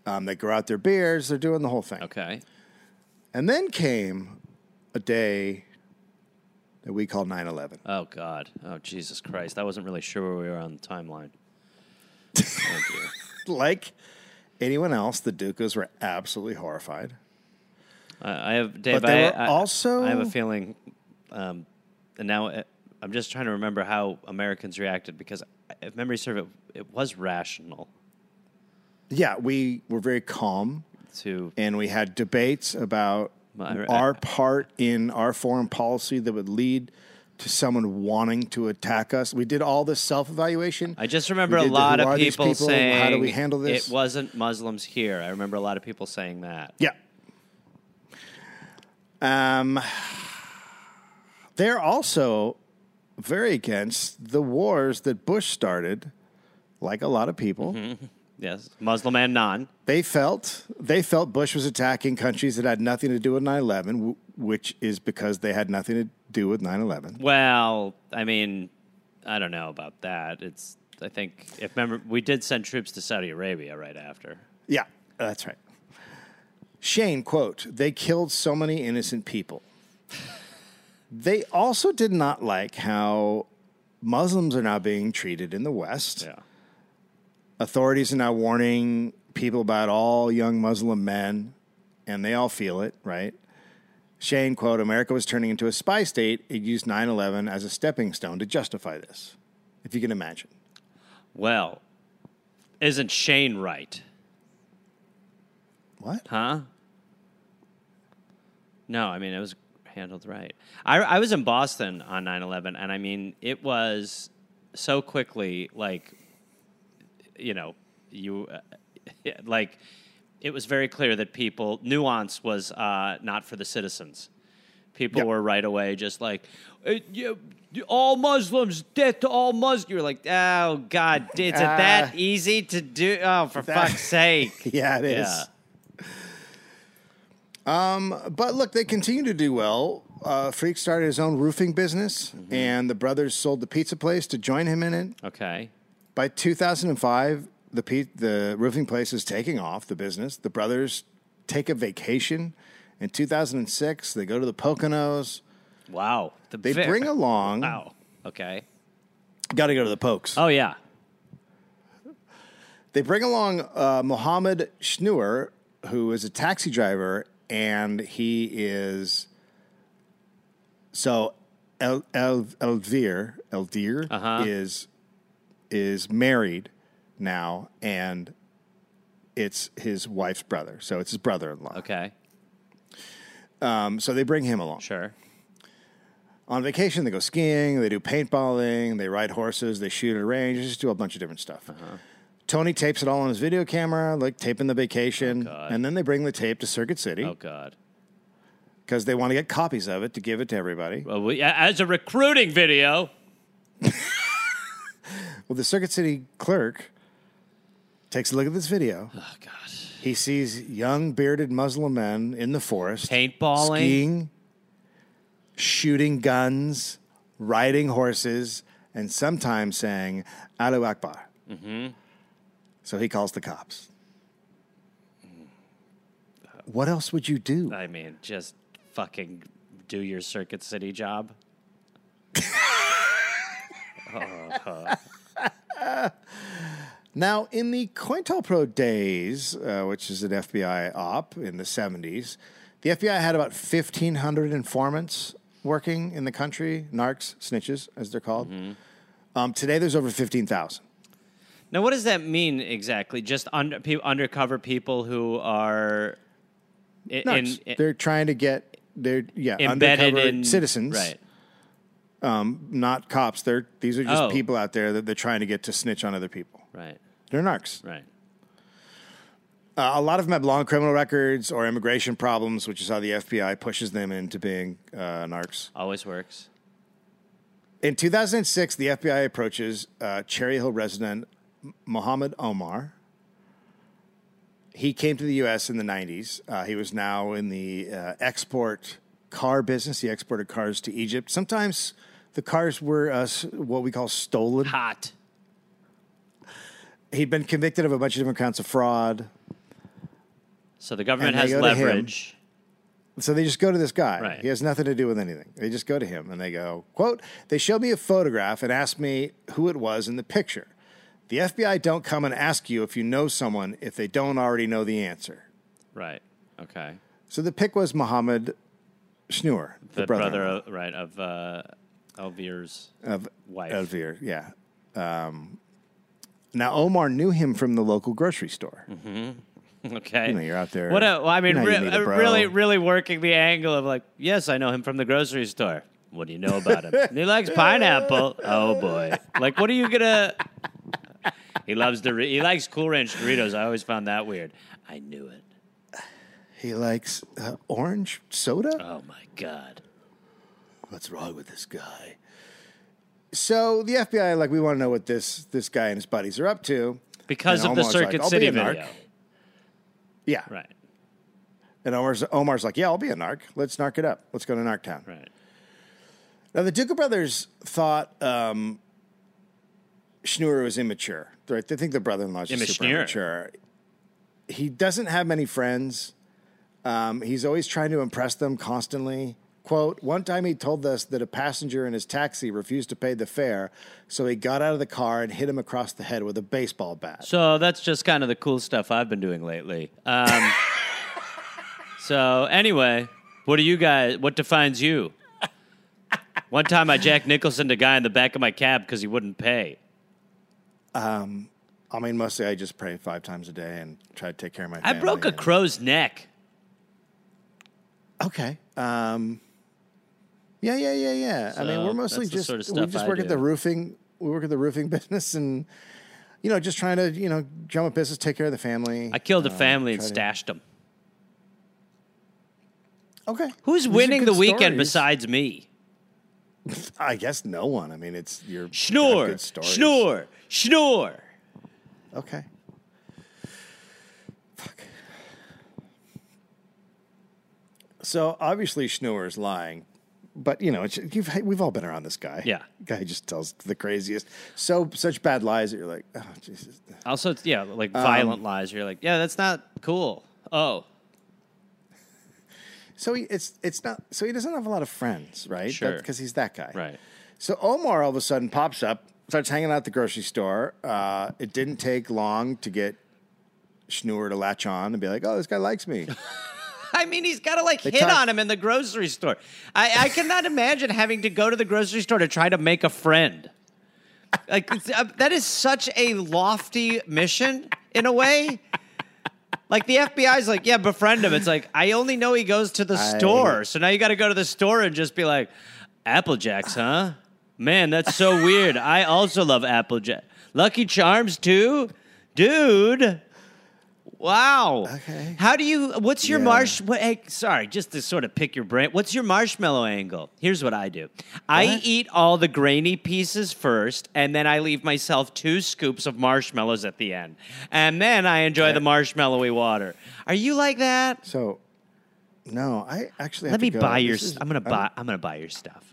S1: Um, they grow out their beards. They're doing the whole thing.
S2: Okay.
S1: And then came a day that we call 9 11.
S2: Oh God. Oh Jesus Christ. I wasn't really sure where we were on the timeline. Thank you.
S1: Like anyone else, the Dukas were absolutely horrified.
S2: I, I have Dave.
S1: But they
S2: I,
S1: were
S2: I- uh,
S1: also-
S2: I have a feeling, um, and now uh, I'm just trying to remember how Americans reacted because, I- if memory serves, it, it was rational
S1: Yeah, we were very calm
S2: to
S1: and we had debates about
S2: My-
S1: our part in our foreign policy that would lead to someone wanting to attack us. We did all this self evaluation.
S2: I just remember
S1: We
S2: a
S1: did the
S2: lot
S1: who
S2: of
S1: are these
S2: people,
S1: people?
S2: saying,
S1: How do we handle this?
S2: It wasn't Muslims here. I remember a lot of people saying that.
S1: yeah. Um, they're also very against the wars that Bush started, like a lot of
S2: Mm-hmm.
S1: people.
S2: Yes, Muslim and non.
S1: They felt they felt Bush was attacking countries that had nothing to do with 9/11, w- which is because they had nothing to do with 9/11.
S2: Well, I mean, I don't know about that. It's I think if remember we did send troops to Saudi Arabia right after.
S1: Yeah, uh, that's right. Shane, quote, they killed so many innocent people. they also did not like how Muslims are now being treated in the West.
S2: Yeah.
S1: Authorities are now warning people about all young Muslim men, and they all feel it, right? Shane, quote, America was turning into a spy state. It used 9 11 as a stepping stone to justify this, if you can imagine.
S2: Well, isn't Shane right?
S1: What?
S2: Huh? No, I mean, it was handled right. I, I was in Boston on 9 11, and I mean, it was so quickly, like, you know, you, uh, like, it was very clear that people, nuance was uh, not for the citizens. People
S1: Yeah.
S2: were right away just like, "Uh, you, you- all Muslims, death to all Muslims. You were like, oh, God, is it
S1: Uh,
S2: that easy to do? Oh, for
S1: that-
S2: fuck's sake.
S1: Yeah, it is. Um,
S2: Yeah.
S1: But look, they continue to do well. Uh, Freak started his own roofing business, and the brothers sold the pizza place to join him in it.
S2: Okay.
S1: By 2005, the pe- the roofing place is taking off the business. The brothers take a vacation. In 2006, they go to the Poconos.
S2: Wow. The
S1: They
S2: ve-
S1: bring along.
S2: Wow. Okay.
S1: Got to go to the Pokes.
S2: Oh yeah.
S1: They bring along uh, Mohammed Schnur, who is a taxi driver, and he is so El El Elvir Eldir
S2: Uh-huh.
S1: is is married now, and it's his wife's brother, so it's his brother-in-law.
S2: Okay.
S1: Um, so they bring him along
S2: Sure.
S1: on vacation. They go
S2: Uh-huh.
S1: skiing, they do paintballing, they ride horses, they shoot at a range, they just do a bunch of different stuff. Tony tapes it all on his video camera, like taping the vacation,
S2: Oh, God.
S1: and then they bring the tape to Circuit City
S2: Oh God.
S1: because they want to get copies of it to give it to everybody.
S2: Well, we, as a recruiting video.
S1: Well, the Circuit City clerk takes a look at this video.
S2: Oh God.
S1: He sees young bearded Muslim men in the forest
S2: Paintballing.
S1: skiing, shooting guns, riding horses, and sometimes saying "Alu Akbar." Mm-hmm. So he calls the cops. What else would you do?
S2: I mean, just fucking do your Circuit City job.
S1: Now, in the COINTELPRO days, uh, which is an FBI op in the 70s, the FBI had about 1,500 informants working in the country, narcs, snitches, as they're called. Um, today, there's over 15,000.
S2: Now, what does that mean exactly? Just under, pe- undercover people who are i- in,
S1: Narcs.
S2: i-
S1: they're trying to get, they're, yeah,
S2: embedded
S1: undercover
S2: in
S1: citizens,
S2: right?
S1: not cops. They're, these are just
S2: Oh.
S1: people out there that they're trying to get to snitch on other people.
S2: Right.
S1: They're narcs.
S2: Right.
S1: Uh, a lot of them have long criminal records or immigration problems, which is how the FBI pushes them into being uh, narcs.
S2: Always works.
S1: In 2006, the FBI approaches uh, Cherry Hill resident M- Mohammed Omar. He came to the U.S. in the 90s. Uh, he was now in the uh, export car business. He exported cars to Egypt. Sometimes the cars were uh, s- what we call stolen.
S2: Hot.
S1: He'd been convicted of a bunch of different counts of fraud.
S2: So the government
S1: And they go
S2: has
S1: to him.
S2: leverage.
S1: So they just go to this guy.
S2: Right.
S1: He has nothing to do with anything. They just go to him and they go, quote, they show me a photograph and ask me who it was in the picture. The FBI don't come and ask you if you know someone if they don't already know the answer.
S2: Right. Okay.
S1: So the pick was Mohammed Schnur,
S2: The,
S1: the,
S2: brother,
S1: brother,
S2: of, right of uh, Elvira's
S1: of
S2: wife.
S1: Elvir. Yeah. Um, now Omar knew him from the local grocery store.
S2: Okay.
S1: You know, you're out there.
S2: Mm-hmm. What a, well, I mean,
S1: you know
S2: re-
S1: you need a
S2: uh,
S1: bro.
S2: really, really working the angle of like, yes, I know him from the grocery store. What do you know about him? he likes pineapple. Oh boy! Like, what are you gonna? He loves the. He likes Cool Ranch Doritos. I always found that weird. I knew it.
S1: He likes uh, orange soda.
S2: Oh my god!
S1: what's wrong with this guy? So the FBI, like, we want to know what this this guy and his buddies are up to.
S2: Because
S1: And
S2: of the
S1: Omar's like,
S2: Circuit
S1: "I'll be
S2: City
S1: a narc."
S2: video,
S1: Yeah.
S2: right?
S1: And Omar's, Omar's like, yeah, I'll be a narc. Let's narc it up. Let's go to Narc Town.
S2: Right.
S1: Now, the Duca brothers thought um, Schnur was immature. Right? They think the brother-in-law is just super
S2: Immature.
S1: immature. He doesn't have many friends. Um, he's always trying to impress them constantly. Quote, one time he told us that a passenger in his taxi refused to pay the fare, so he got out of the car and hit him across the head with a baseball bat.
S2: So that's just kind of the cool stuff I've been doing lately. Um, so anyway, what do you guys? What defines you? One time, I Jack Nicholson a guy in the back of my cab because he wouldn't pay.
S1: I mean, mostly I just pray five times a day and try to take care of my
S2: I
S1: family.
S2: broke a
S1: and-
S2: crow's neck.
S1: Okay. Um, yeah, yeah, yeah, yeah. I mean,
S2: So
S1: we're mostly
S2: that's the
S1: just
S2: sort of
S1: we
S2: stuff
S1: just
S2: I
S1: work at the
S2: do.
S1: roofing. We work at the roofing business, and you know, just trying to you know drum up business, take care of the family.
S2: I killed a family and
S1: try to-
S2: stashed them.
S1: okay.
S2: Who's
S1: These are
S2: winning
S1: good
S2: the weekend
S1: stories.
S2: besides me?
S1: I guess no one. I mean, it's your
S2: Schnur, Schnur, Schnur.
S1: Okay. Fuck. So obviously Schnur is lying, but you know it's, you've, we've all been around this guy.
S2: Yeah.
S1: guy just tells the craziest, so such bad lies that you're like, oh Jesus.
S2: Also, it's- yeah, like violent lies. You're like, yeah, that's not cool. Oh,
S1: So he, it's it's not so he doesn't have a lot of friends, right?
S2: Sure.
S1: because he's that guy,
S2: Right.
S1: So Omar all of a sudden pops up, starts hanging out at the grocery store. Uh, it didn't take long to get Schnur to latch on and be like, "Oh, this guy likes me."
S2: I mean, he's got to like hit
S1: talk-
S2: on him in the grocery store. I, I cannot imagine having to go to the grocery store to try to make a friend. Like it's- uh, that is such a lofty mission in a way. Like the FBI's like, yeah, befriend him. It's like I only know he goes to the store, so now you got to go to the store and just be like, Apple Jacks, huh? Man, that's so weird. I also love Apple Jack. Lucky Charms too. dude. Wow.
S1: Okay.
S2: How do you? What's your
S1: Yeah.
S2: marsh? What, hey, sorry, just to sort of pick your brain. What's your marshmallow angle? Here's what I do. I eat all the grainy pieces first, and then I leave myself two scoops of marshmallows at the end, and then I enjoy the marshmallowy water. Are you like that?
S1: So, no, I actually have
S2: Let
S1: to
S2: me
S1: go.
S2: buy your.
S1: This is-
S2: I'm gonna
S1: I'm-
S2: buy. I'm gonna buy your stuff.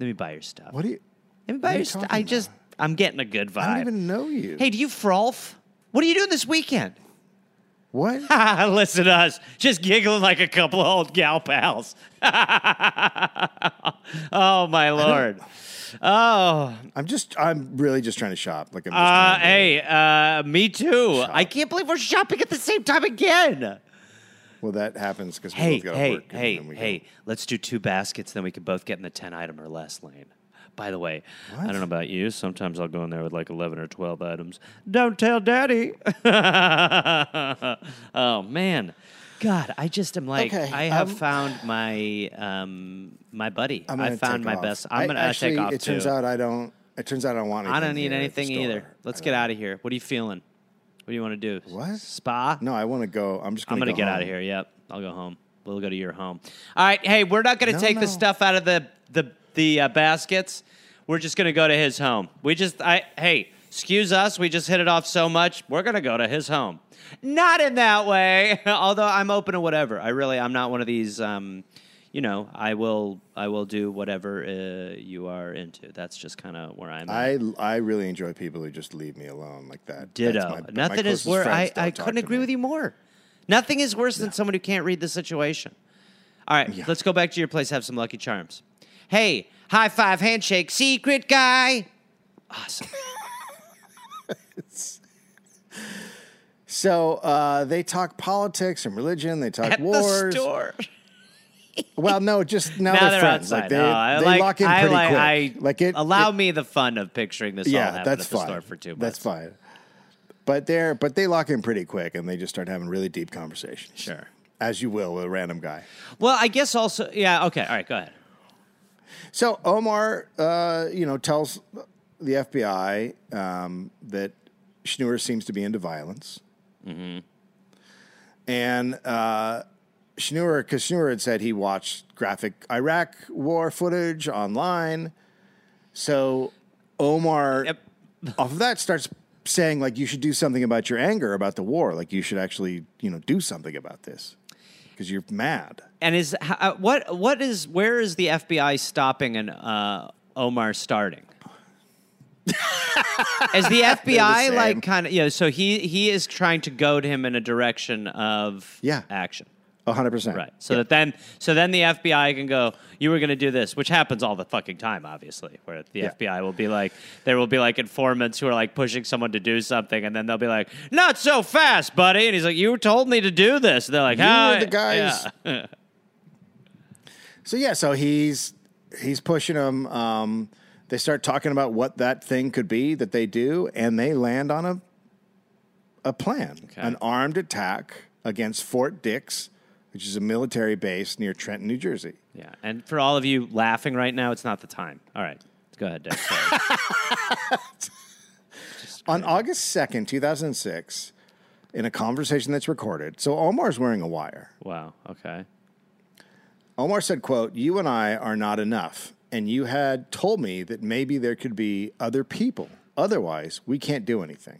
S2: Let me buy your stuff.
S1: What do you?
S2: Let me
S1: what
S2: buy
S1: are
S2: your
S1: you
S2: stuff.
S1: talking
S2: I
S1: about?
S2: just. I'm getting a good vibe.
S1: I don't even know you.
S2: Hey, do you frolf? What are you doing this weekend?
S1: what?
S2: Listen to us, just giggling like a couple of old gal pals. oh my lord! Oh,
S1: I'm just. I'm really just trying to shop. Like I'm. Just
S2: uh,
S1: trying to-
S2: hey, uh, me too. I can't believe we're shopping at the same time again.
S1: Well, that happens because we
S2: Hey,
S1: both got to
S2: hey,
S1: work. and
S2: hey,
S1: then we go-
S2: hey! Let's do two baskets, then we can both get in the ten item or less lane. By the way, I
S1: What?
S2: don't know about you. Sometimes I'll go in there with like eleven or twelve items. Don't tell Daddy. oh man, God! I just am like
S1: Okay,
S2: I have
S1: um,
S2: found my um my buddy.
S1: I'm
S2: I
S1: gonna
S2: found
S1: take
S2: my
S1: off.
S2: best. I'm
S1: I-
S2: gonna
S1: actually,
S2: take off
S1: It
S2: too.
S1: turns out I don't. It turns out I don't want.
S2: I
S1: Anything
S2: don't need
S1: here at the
S2: anything
S1: store.
S2: either. Let's
S1: I
S2: get
S1: don't-
S2: out of here. What are you feeling? What do you want to do?
S1: What?
S2: Spa?
S1: No, I want to go. I'm just. Gonna
S2: I'm gonna
S1: go
S2: get
S1: home.
S2: out of here. Yep, I'll go home. We'll go to your home. All right. Hey, we're not gonna
S1: No,
S2: take the
S1: no.
S2: stuff out of the the the uh, baskets. We're just gonna go to his home. We just I hey, excuse us. We just hit it off so much. We're gonna go to his home. Not in that way. Although I'm open to whatever. I really I'm not one of these. Um, you know, I will I will do whatever uh, you are into. That's just kind of where I'm. at.
S1: I I really enjoy people who just leave me alone like that. That's
S2: Ditto.
S1: my- my
S2: Nothing is
S1: closest
S2: worse.
S1: friends
S2: I,
S1: don't
S2: I
S1: talk
S2: couldn't
S1: to
S2: agree
S1: me.
S2: with you more. Nothing is worse than someone who can't read the situation. All right, let's go back to your place, have some Lucky Charms. Hey, high five, handshake, secret guy. Awesome.
S1: So uh, they talk politics and religion. They talk
S2: At
S1: wars.
S2: the store.
S1: Well, no, just now,
S2: Now they're,
S1: they're, friends.
S2: outside.
S1: Like they,
S2: Oh, I
S1: they
S2: like,
S1: lock in
S2: I
S1: pretty
S2: like,
S1: quick.
S2: I,
S1: like it
S2: allow
S1: it-
S2: me the fun of picturing this all
S1: Yeah,
S2: happen
S1: that's
S2: at the
S1: fine.
S2: store for two months.
S1: That's fine. But they're but they lock in pretty quick, and they just start having really deep conversations.
S2: Sure.
S1: as you will with a random guy.
S2: Well, I guess also, yeah, okay, all right, go ahead.
S1: So Omar, uh, you know, tells the FBI um, that Schnur seems to be into violence, mm-hmm. and uh, Schnur, because Schnur had said he watched graphic Iraq war footage online, so Omar,
S2: Yep.
S1: off of that, starts saying like you should do something about your anger about the war, like you should actually you know do something about this because you're mad.
S2: And is how, what what is where is the FBI stopping and uh, Omar starting? is the FBI
S1: same.
S2: like kind of you know? So he he is trying to goad him in a direction of
S1: Yeah.
S2: action,
S1: hundred percent.
S2: right? So that then so then the FBI can go. You were going to do this, which happens all the fucking time, obviously. Where the
S1: Yeah.
S2: FBI will be like, there will be like informants who are like pushing someone to do something, and then they'll be like, not so fast, buddy. And he's like, you told me to do this. And they're like,
S1: You
S2: "Ah,
S1: were the guys.
S2: yeah."
S1: So yeah, so he's he's pushing them. Um, they start talking about what that thing could be that they do, and they land on a a plan, an armed attack against Fort Dix, which is a military base near Trenton, New Jersey.
S2: Yeah, and for all of you laughing right now, it's not the time. All right, go ahead, Dave. Sorry.
S1: On August second, two thousand six, in a conversation that's recorded, so Omar's wearing a wire.
S2: wow. Okay.
S1: Omar said, quote, You and I are not enough, and you had told me that maybe there could be other people. Otherwise, we can't do anything.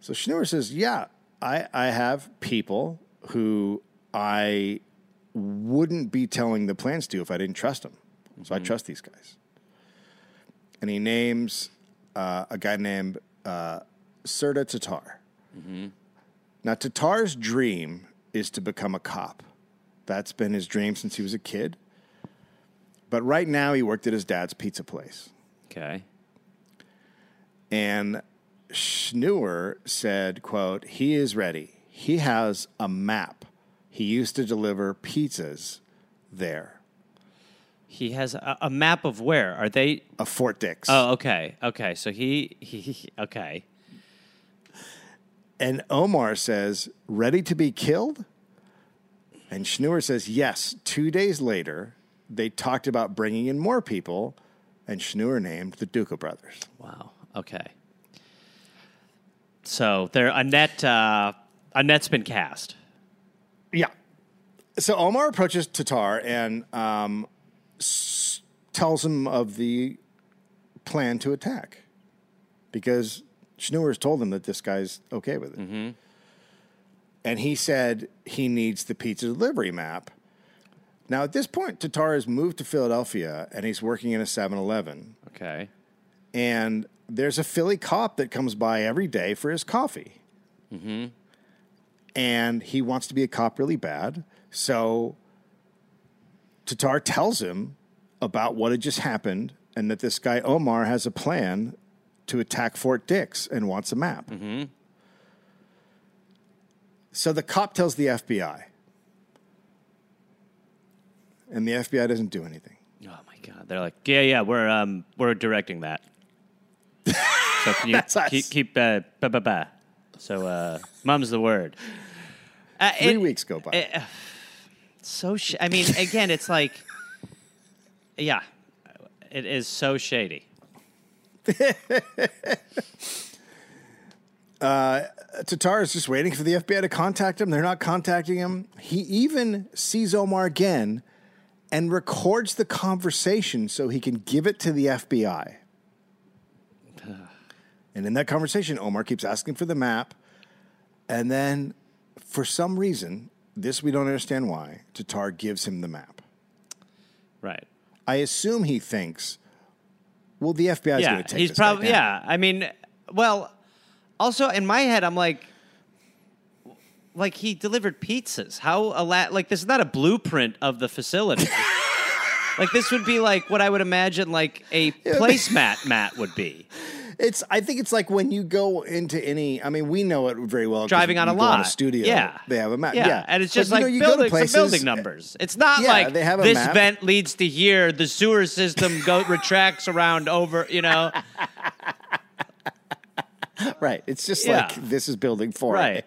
S1: So Schnur says, Yeah, I, I have people who I wouldn't be telling the plans to if I didn't trust them. So I trust these guys. And he names uh, a guy named uh, Serta Tatar. Now, Tatar's dream is to become a cop. That's been his dream since he was a kid. But right now, he worked at his dad's pizza place.
S2: Okay.
S1: And Schnur said, quote, he is ready. He has a map. He used to deliver pizzas there.
S2: He has a, a map of where are they?
S1: A Fort Dix.
S2: Oh, okay, okay. So he he okay.
S1: And Omar says, ready to be killed? And Schnur says, yes. Two days later, they talked about bringing in more people, and Schnur named the Duca brothers.
S2: Wow. Okay. So there, Annette, uh, Annette's been cast.
S1: Yeah. So Omar approaches Tatar and um, s- tells him of the plan to attack because Schneur has told him that this guy's okay with it. And he said he needs the pizza delivery map. Now, at this point, Tatar has moved to Philadelphia and he's working in a 7 Eleven.
S2: Okay.
S1: And there's a Philly cop that comes by every day for his coffee. and he wants to be a cop really bad. So Tatar tells him about what had just happened and that this guy Omar has a plan to attack Fort Dix and wants a map. So the cop tells the FBI, and the FBI doesn't do anything.
S2: Oh my god! They're like, yeah, yeah, we're um, we're directing that. so can you
S1: That's us.
S2: keep keep uh, ba ba ba? So uh, mum's the word. Uh,
S1: Three
S2: it-
S1: weeks go by.
S2: eh, So sh- I mean, again, it's like, yeah, it is so shady.
S1: Tatar is just waiting for the FBI to contact him. They're not contacting him. He even sees Omar again and records the conversation so he can give it to the FBI. and in that conversation, Omar keeps asking for the map. And then, for some reason, this we don't understand why, Tatar gives him the map.
S2: Right.
S1: I assume he thinks, well, the FBI is
S2: yeah,
S1: going to take
S2: he's
S1: this guy
S2: probably
S1: down.
S2: yeah. I mean, well, also in my head, I'm like, like he delivered pizzas. How a la- like this is not a blueprint of the facility. like this would be like what I would imagine like a placemat mat would be.
S1: It's. I think it's like when you go into any. I mean, we know it very well. 'cause
S2: Driving on
S1: you
S2: a
S1: go
S2: lot,
S1: a studio.
S2: Yeah,
S1: they have a map.
S2: Yeah,
S1: Yeah,
S2: and it's
S1: But,
S2: just
S1: you know,
S2: like
S1: you go to
S2: building some building
S1: places-
S2: numbers. It's not
S1: Yeah,
S2: like
S1: they have a
S2: this
S1: map.
S2: vent leads to here. The sewer system go retracts around over. You know,
S1: Right. It's just
S2: Yeah.
S1: like this is building four.
S2: right?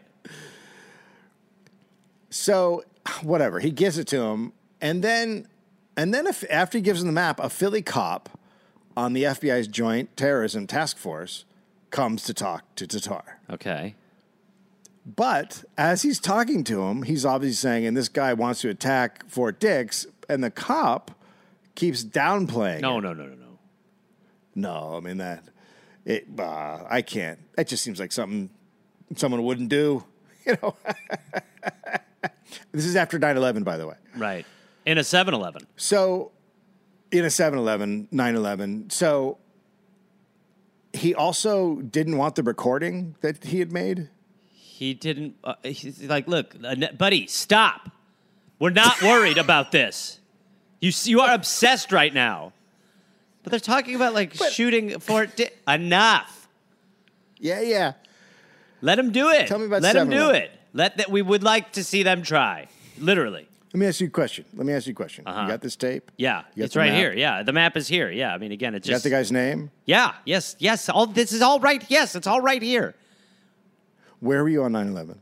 S1: So whatever. He gives it to him, and then, and then if, after he gives him the map, a Philly cop on the FBI's Joint Terrorism Task Force comes to talk to Tatar.
S2: Okay.
S1: But as he's talking to him, he's obviously saying, "And this guy wants to attack Fort Dix," and the cop keeps downplaying. it.
S2: No, no, no, no, no.
S1: No, I mean that. It. Uh, I can't. That just seems like something someone wouldn't do. You know. this is after 9-11, by the way.
S2: Right. In a 7 Eleven.
S1: So, in a 7-Eleven, 9-11. So, he also didn't want the recording that he had made.
S2: He didn't, uh, he's like, look, Annette- buddy, stop. We're not worried about this. You, s- you are obsessed right now. But they're talking about like shooting Fort Di- Enough.
S1: Yeah, yeah.
S2: Let him do it.
S1: Tell me about
S2: Let him do
S1: 7-Eleven.
S2: it. Let that. We would like to see them try. Literally.
S1: Let me ask you a question. Let me ask you a question. You got this tape?
S2: Yeah.
S1: You got
S2: It's
S1: the
S2: right
S1: map?
S2: here. Yeah. The map is here. Yeah. I mean, again, it's
S1: You got
S2: just.
S1: the guy's name?
S2: yeah. Yes. Yes. All This is all right. Yes. It's all right here.
S1: Where were you on 9-11?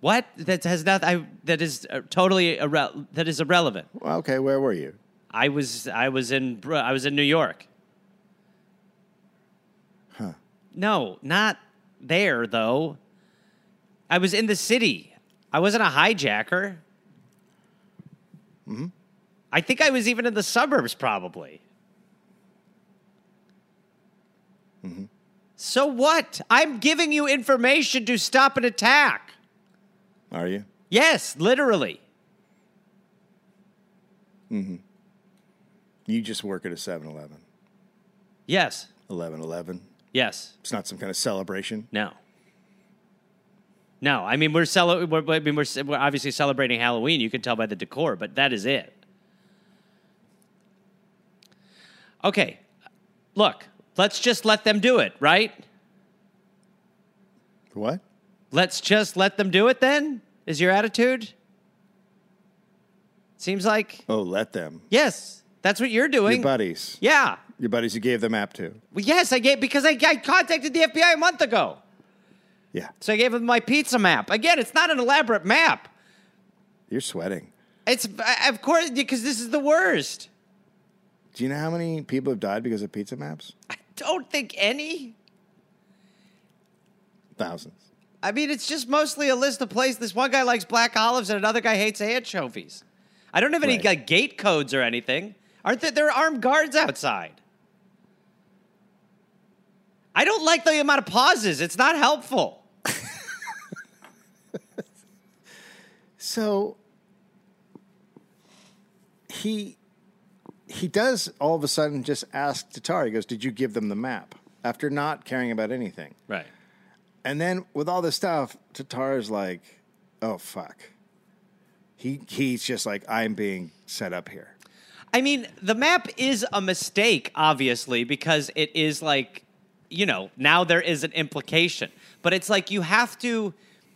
S2: What? That has not. I, that is uh, totally irre- That is irrelevant.
S1: Well, okay, where were you?
S2: I was I was in Bru- I was in New York. Huh. No, not there though. I was in the city. I wasn't a hijacker. Hmm. I think I was even in the suburbs probably. So what? I'm giving you information to stop an attack.
S1: Are you?
S2: Yes, literally.
S1: You just work at a 7-Eleven.
S2: Yes.
S1: 11-11.
S2: Yes.
S1: It's not some kind of celebration.
S2: No. No, I mean we're cele- we're, I mean, we're ce- we're obviously celebrating Halloween. You can tell by the decor, but that is it. Okay, look, let's just let them do it, right?
S1: What?
S2: Let's just let them do it. Then is your attitude? Seems like
S1: Oh, let them.
S2: yes, that's what you're
S1: Your
S2: doing.
S1: buddies.
S2: Yeah,
S1: Your buddies you gave the map to.
S2: well, yes, I gave because I, I contacted the FBI a month ago.
S1: Yeah.
S2: So I gave them my pizza map. Again, it's not an elaborate map.
S1: You're sweating.
S2: It's I- of course because this is the worst.
S1: Do you know how many people have died because of pizza maps?
S2: I don't think any.
S1: Thousands.
S2: I mean, it's just mostly a list of places. This one guy likes black olives, and another guy hates anchovies. I don't have any
S1: Right.
S2: like, gate codes or anything. Aren't there? There are armed guards outside. I don't like the amount of pauses. It's not helpful.
S1: So he he does all of a sudden just ask Tatar. He goes, "Did you give them the map?" After not caring about anything,
S2: Right.
S1: and then with all this stuff, Tatar's like, "Oh fuck." He he's just like, "I'm being set up here."
S2: I mean, the map is a mistake, obviously, because it is like, you know, now there is an implication. But it's like you have to,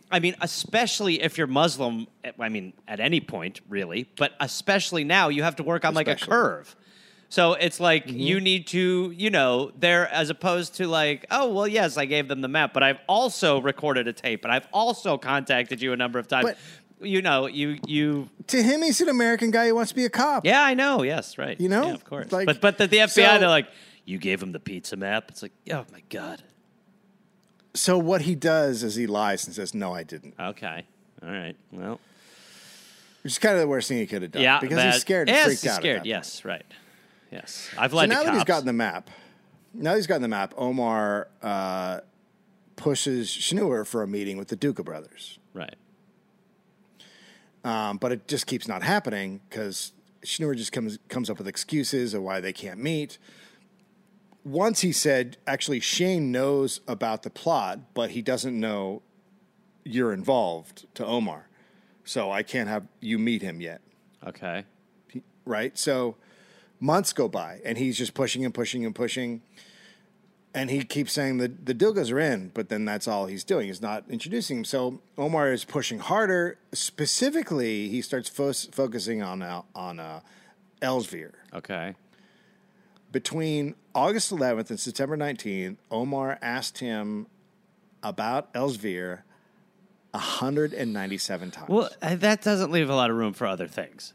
S2: I mean, especially if you're Muslim, I mean, at any point, really, but especially now, you have to work on like a
S1: Especially. Mm-hmm.
S2: curve. So it's like you need to, you know, there as opposed to like, oh, well, yes, I gave them the map, but I've also recorded a tape and I've also contacted you a number of times.
S1: But-
S2: you know, you, you,
S1: To him, he's an American guy who wants to be a cop.
S2: yeah, I know. Yes, right.
S1: You know?
S2: yeah, of course.
S1: Like,
S2: but but the, the FBI,
S1: so-
S2: they're like, you gave him the pizza map. It's like, oh my god.
S1: So what he does is he lies and says, "No, I didn't."
S2: Okay. All right. Well.
S1: Which is kind of the worst thing he could have done.
S2: Yeah.
S1: because
S2: that-
S1: he's scared and
S2: yes,
S1: freaked
S2: he's
S1: out. at
S2: Scared.
S1: that
S2: Yes. Right. Yes. I've
S1: So
S2: lied
S1: now
S2: to
S1: that he's
S2: cops.
S1: gotten the map, now he's gotten the map. Omar uh, pushes Schneur for a meeting with the Duca brothers,
S2: right.
S1: um, but it just keeps not happening because Schneur just comes comes up with excuses of why they can't meet. Once he said, actually, Shane knows about the plot, but he doesn't know you're involved to Omar, so I can't have you meet him yet.
S2: Okay.
S1: right? So months go by and he's just pushing and pushing and pushing. And he keeps saying the, the Dugas are in, but then that's all he's doing. He's not introducing him. So Omar is pushing harder. Specifically, he starts fo- focusing on uh, on uh, Elsevier.
S2: Okay.
S1: Between August 11th and September 19th, Omar asked him about Elsevier 197 times.
S2: Well, uh, that doesn't leave a lot of room for other things.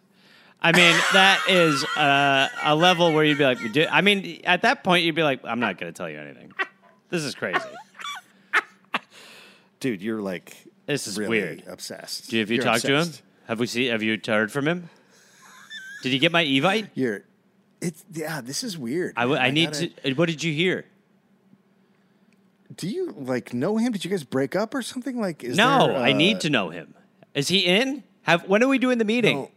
S2: I mean, that is uh, a level where you'd be like, "Do-" I mean, at that point, you'd be like, I'm not going to tell you anything. This is crazy.
S1: Dude, you're like
S2: This is
S1: really
S2: weird.
S1: obsessed.
S2: Do you, have you
S1: You're
S2: talked to him?
S1: obsessed.
S2: Have we seen? Have you heard from him? Did you get my evite?
S1: You're, it's yeah. This is weird.
S2: I, w-
S1: man.
S2: I need
S1: gotta-
S2: to. What did you hear?
S1: Do you like know him? Did you guys break up or something? Like, is
S2: no,
S1: there,
S2: I
S1: uh,
S2: need to know him. Is he in? Have when are we doing the meeting?
S1: No, uh, oh,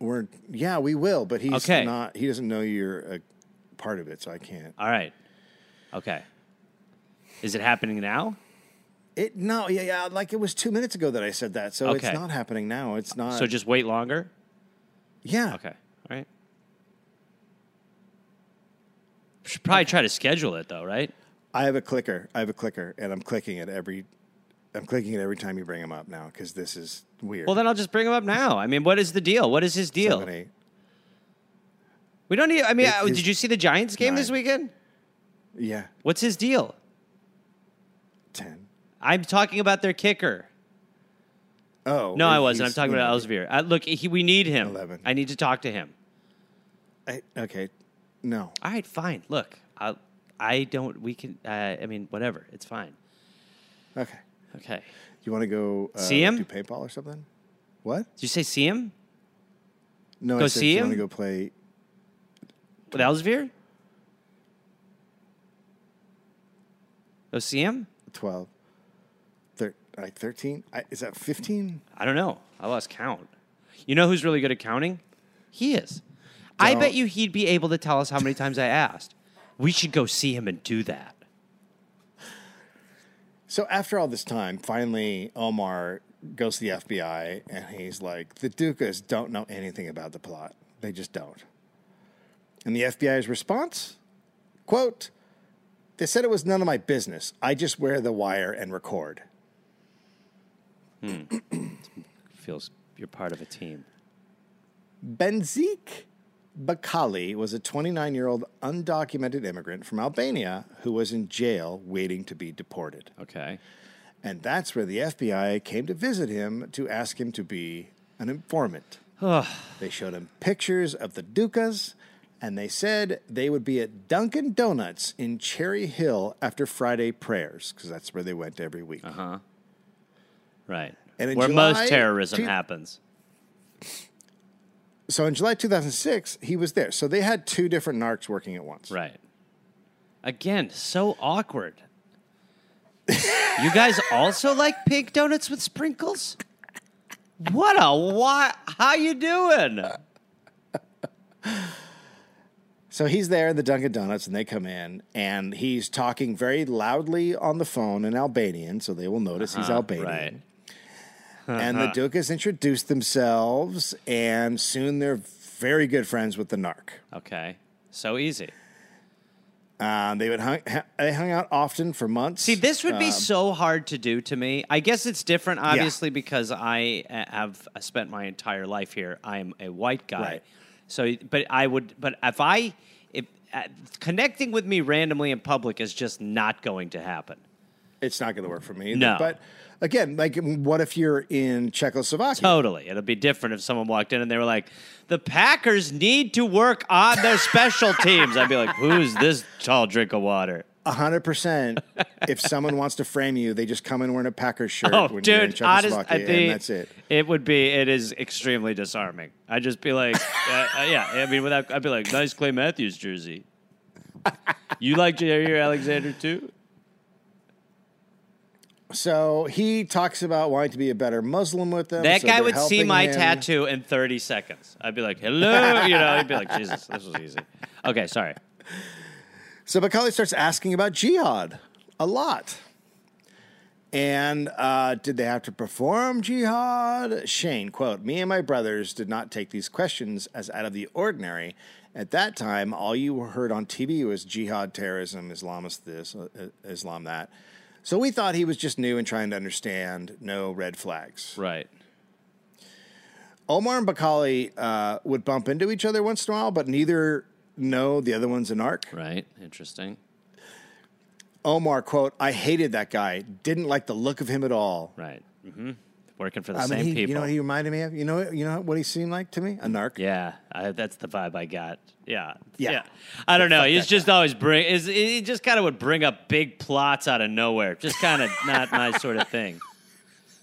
S1: We're yeah, we will, but he's
S2: Okay.
S1: not. He doesn't know you're a part of it, so I can't.
S2: All right. Okay. Is it happening now?
S1: It no, yeah, yeah. Like it was two minutes ago that I said that, so
S2: Okay.
S1: it's not happening now. It's not.
S2: so just wait longer.
S1: yeah.
S2: Okay. All right. Should probably try to schedule it though, right?
S1: I have a clicker. I have a clicker, and I'm clicking it every. I'm clicking it every time you bring him up now because this is weird.
S2: Well, then I'll just bring him up now. I mean, what is the deal? What is his deal?
S1: Seven, eight.
S2: We don't need. I mean,
S1: It
S2: uh,
S1: is
S2: did you see the Giants game this
S1: nine.
S2: weekend?
S1: Yeah,
S2: What's his deal?
S1: ten.
S2: I'm talking about their kicker.
S1: Oh
S2: No, I wasn't. I'm
S1: he's-
S2: talking about Elsevier. Uh, look, he, we need him.
S1: 11.
S2: I need to talk to him.
S1: I- okay, no.
S2: All right, fine. Look, I, I don't. We can. Uh, I mean, whatever. It's fine.
S1: Okay.
S2: Okay. Did
S1: You want to go uh,
S2: See him?
S1: do paintball or something? What?
S2: you say see him
S1: No,
S2: Go
S1: I said,
S2: see
S1: do you want
S2: him?
S1: to go play?
S2: with Elsevier? Go Oh, see him.
S1: 12, thir- like 13? I, is that 15?
S2: I don't know. I lost count. You know who's really good at counting? He is. I bet
S1: Don't-
S2: you he'd be able to tell us how many times I asked. We should go see him and do that.
S1: So after all this time, finally Omar goes to the FBI and he's like, the Dukas don't know anything about the plot. They just don't. And the FBI's response, quote, they said it was none of my business. I just wear the wire and record.
S2: Feels you're part of a team.
S1: Benzik Bakali was a 29 year old undocumented immigrant from Albania who was in jail waiting to be deported.
S2: Okay.
S1: And that's where the FBI came to visit him to ask him to be an informant. they showed him pictures of the Dukas and they said they would be at Dunkin' Donuts in Cherry Hill after Friday prayers because that's where they went every week.
S2: Right.
S1: And in
S2: Where
S1: July,
S2: most terrorism
S1: two-
S2: happens.
S1: So in July 2006, he was there. So they had two different narcs working at once.
S2: Right. Again, so awkward. you guys also like pink donuts with sprinkles? What a why? How you doing?
S1: So he's there in the Dunkin' Donuts, and they come in, and he's talking very loudly on the phone in Albanian, so they will notice he's Albanian.
S2: Uh-huh, Right. Uh-huh.
S1: and the Dukas introduce themselves, and soon they're very good friends with the narc.
S2: Okay. So easy.
S1: Um, they would hung, ha- they hung out often for months.
S2: See, this would be
S1: Um,
S2: so hard to do to me. I guess it's different, obviously, because I uh, have spent my entire life here. I'm a white guy,
S1: Right.
S2: so but I would, but if I, if uh, connecting with me randomly in public is just not going to happen.
S1: it's not going to work for me. either.
S2: No.
S1: but again, like, what if you're in Czechoslovakia?
S2: Totally, it'll be different if someone walked in and they were like, "The Packers need to work on their special teams." I'd be like, "Who's this tall drink of water?"
S1: hundred percent. If someone wants to frame you, they just come in wearing a Packers shirt
S2: Oh,
S1: when you're in
S2: dude, honest,
S1: Czechoslovakia,
S2: I think
S1: and that's it.
S2: It would be. It is extremely disarming. I'd just be like, uh, uh, yeah. I mean, without, I'd be like, nice Clay Matthews jersey. You like Jerry Alexander too?
S1: So he talks about wanting to be a better Muslim with them.
S2: That
S1: so
S2: guy
S1: they're
S2: would see
S1: helping
S2: my
S1: him.
S2: tattoo in 30 seconds. I'd be like, hello. You know, he'd be like, Jesus, this was easy. Okay, sorry.
S1: So Macaulay starts asking about jihad a lot. And uh, did they have to perform jihad? Shane, quote, me and my brothers did not take these questions as out of the ordinary. At that time, all you heard on TV was jihad, terrorism, Islamist this, uh, uh, Islam that. So we thought he was just new and trying to understand, no red flags.
S2: Right.
S1: Omar and Bakali uh, would bump into each other once in a while, but neither know the other one's an arc.
S2: Right. Interesting.
S1: Omar, quote, I hated that guy. Didn't like the look of him at all.
S2: Right. hmm Working for the
S1: I
S2: same
S1: mean, he,
S2: people.
S1: you know what he reminded me of? You know, you know what he seemed like to me? A narc.
S2: Yeah, I, that's the vibe I got. Yeah,
S1: Yeah.
S2: I don't know. He's just always bring. Is he just kind of would bring up big plots out of nowhere? Just kind of not my sort of thing.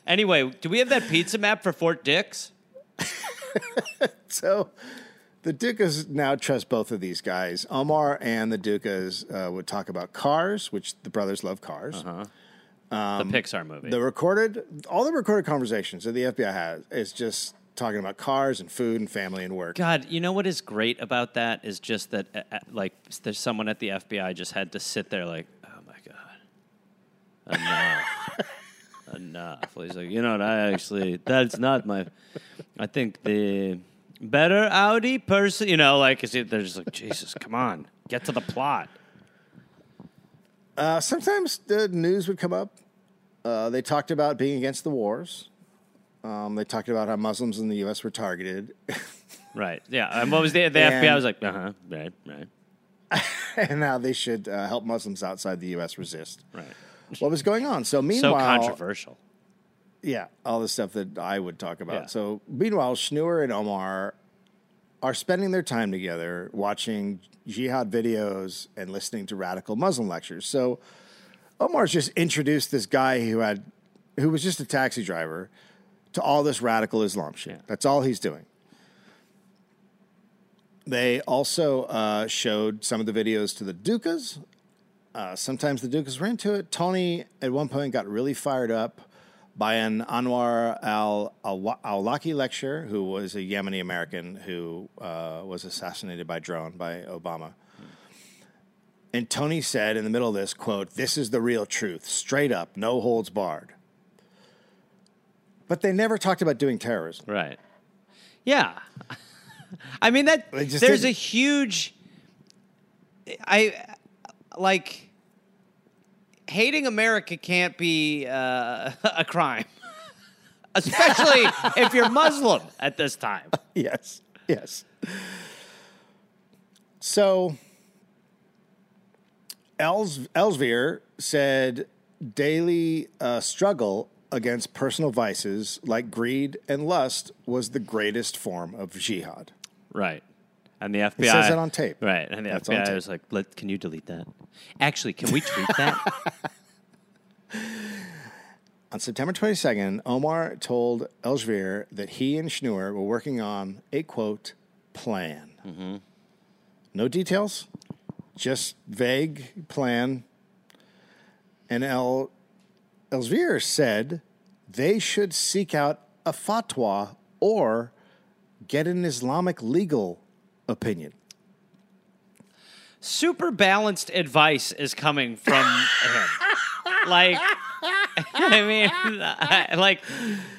S2: Anyway, do we have that pizza map for Fort Dix?
S1: So the Dukas now trust both of these guys. Omar and the Dukas uh, would talk about cars, which the brothers love cars.
S2: Uh-huh. the Pixar movie.
S1: The recorded, all the recorded conversations that the FBI has is just talking about cars and food and family and work.
S2: God, you know what is great about that is just that, uh, uh, like, there's someone at the FBI just had to sit there, like, oh my god, enough, enough. He's like, you know what? I actually, that's not my. I think the better Audi person, you know, like, is it? They're just like, Jesus, come on, get to the plot.
S1: Uh, sometimes the news would come up. Uh, they talked about being against the wars. Um, they talked about how Muslims in the U.S. were targeted.
S2: Right? Yeah. And what was the, the FBI? was like, uh huh. Right. Right.
S1: and how they should uh, help Muslims outside the U.S. resist.
S2: Right.
S1: What was going on? So
S2: So
S1: meanwhile,
S2: controversial.
S1: yeah, all the stuff that I would talk about.
S2: Yeah.
S1: So meanwhile, Schnur and Omar are spending their time together watching jihad videos and listening to radical Muslim lectures. So Omar's just introduced this guy who had who was just a taxi driver to all this radical Islam shit.
S2: Yeah.
S1: That's all he's doing. They also uh, showed some of the videos to the Dukas. Uh, sometimes the Dukas were into it. Tony, at one point, got really fired up by an Anwar al Awlaki lecturer, who was a Yemeni American who uh, was assassinated by drone by Obama. And Tony said in the middle of this quote, "This is the real truth, straight up, no holds barred." But they never talked about doing terrorism.
S2: Right. Yeah. I mean that
S1: They
S2: there's
S1: just
S2: a
S1: didn't.
S2: huge I like hating America can't be uh, a crime. Especially if you're Muslim at this time.
S1: Yes, yes. So, Els- Elsvier said daily uh, struggle against personal vices like greed and lust was the greatest form of jihad.
S2: Right. And the FBI
S1: says it on tape.
S2: right? And the
S1: That's on
S2: FBI
S1: tape.
S2: was like, Let, "Can you delete that? Actually, can we tweet that?"
S1: On September 22nd, Omar told Elsevier that he and Schnur were working on a quote plan.
S2: Mm-hmm.
S1: No details, just vague plan. And El Elsevier said they should seek out a fatwa or get an Islamic legal opinion.
S2: Super balanced advice is coming from him. Like, I mean, I- like,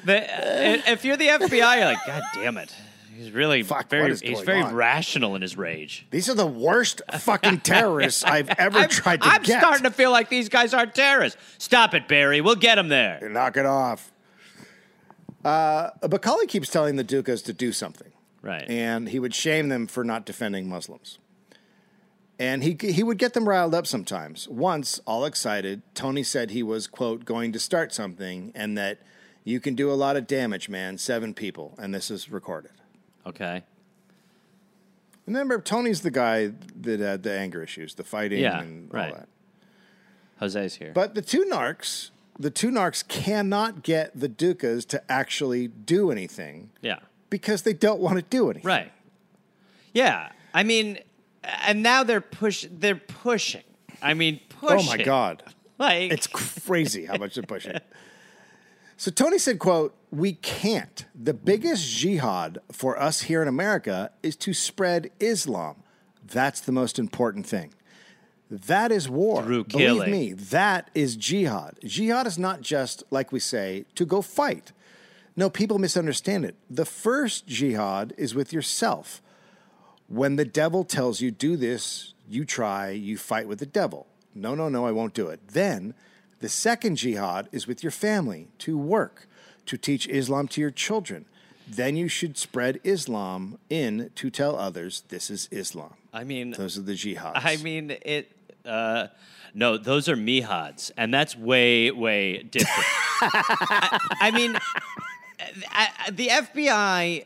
S2: the, if you're the FBI, you're like, God damn it, he's really
S1: Fuck, what
S2: very
S1: is
S2: he's
S1: going
S2: very
S1: on?"
S2: rational in his rage.
S1: These are the worst fucking terrorists I've ever
S2: I'm,
S1: tried to
S2: I'm
S1: get.
S2: starting to feel like these guys aren't terrorists. Stop it, Barry. We'll get them there.
S1: Knock it off. Uh, Bacali keeps telling the Dukas to do something,
S2: Right.
S1: and he would shame them for not defending Muslims. And he, he would get them riled up sometimes. Once, all excited, Tony said he was, quote, going to start something and that you can do a lot of damage, man, seven people. And this is recorded.
S2: okay.
S1: Remember, Tony's the guy that had the anger issues, the fighting,
S2: Yeah,
S1: and
S2: right.
S1: all that.
S2: Jose's here.
S1: But the two narcs, the two narcs cannot get the Dukas to actually do anything.
S2: yeah.
S1: because they don't want to do anything.
S2: Right. Yeah. I mean, and now they're push. They're pushing. I mean, pushing.
S1: Oh my God.
S2: Like
S1: It's crazy how much they're pushing. So Tony said, quote, we can't. The biggest jihad for us here in America is to spread Islam. That's the most important thing. That is war.
S2: Through
S1: Believe
S2: killing.
S1: me, that is jihad. Jihad is not just, like we say, to go fight. No, people misunderstand it. The first jihad is with yourself. When the devil tells you, do this, you try, you fight with the devil. No, no, no, I won't do it. Then the second jihad is with your family to work, to teach Islam to your children. Then you should spread Islam in to tell others this is Islam.
S2: I mean,
S1: Those are the jihads.
S2: I mean it. Uh, no, those are mihads, and that's way, way different. I, I mean, I, I- the FBI.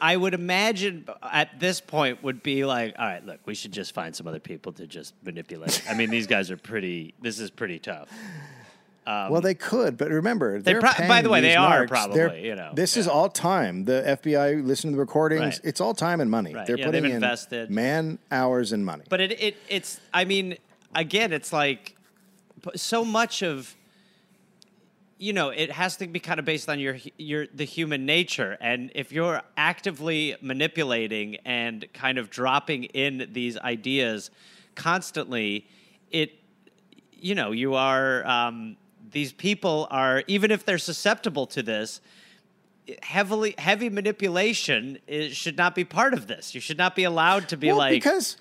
S2: I would imagine at this point would be like, all right, look, we should just find some other people to just manipulate. I mean, these guys are pretty. This is pretty tough.
S1: well, they could, but remember, they're
S2: pro-
S1: paying
S2: by the way,
S1: these
S2: they are
S1: narcs. They're-
S2: probably, you know,
S1: this is all time. The FBI listen to the recordings.
S2: Right.
S1: It's all time and money.
S2: Right.
S1: They're
S2: Yeah, they've
S1: putting in
S2: invested.
S1: man hours and money.
S2: But it, it it's I mean again it's like p- so much of you know it has to be kind of based on your hu- your the human nature and if you're actively manipulating and kind of dropping in these ideas constantly it you know you are um, these people are even if they're susceptible to this heavily heavy manipulation is, should not be part of this you should not be allowed to be
S1: well,
S2: like
S1: because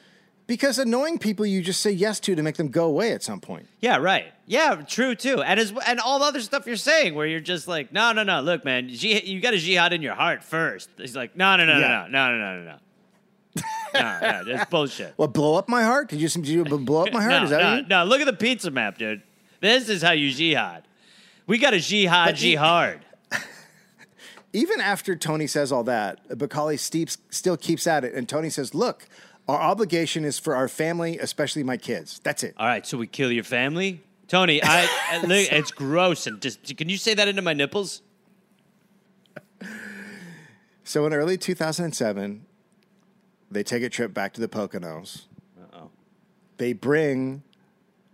S1: because annoying people you just say yes to to make them go away at some point.
S2: Yeah, right. Yeah, true too. And as and all the other stuff you're saying, where you're just like, no, no, no. Look, man, jih- you got a jihad in your heart first. He's like, no, no, no,
S1: Yeah.
S2: no, no, no, no, no, no. no, no, that's bullshit.
S1: What blow up my heart? Did you, did you blow up my heart?
S2: no,
S1: is that
S2: no,
S1: what you-
S2: no. Look at the pizza map, dude. This is how you jihad. We got a jihad,
S1: But you-
S2: jihad.
S1: even after Tony says all that, Bacali Steeps still keeps at it, and Tony says, "Look, our obligation is for our family, especially my kids. That's it."
S2: All right, so we kill your family, Tony. I, I look, it's gross. And just, can you say that into my nipples?
S1: So in early 2007, they take a trip back to the Poconos. Uh-oh. They bring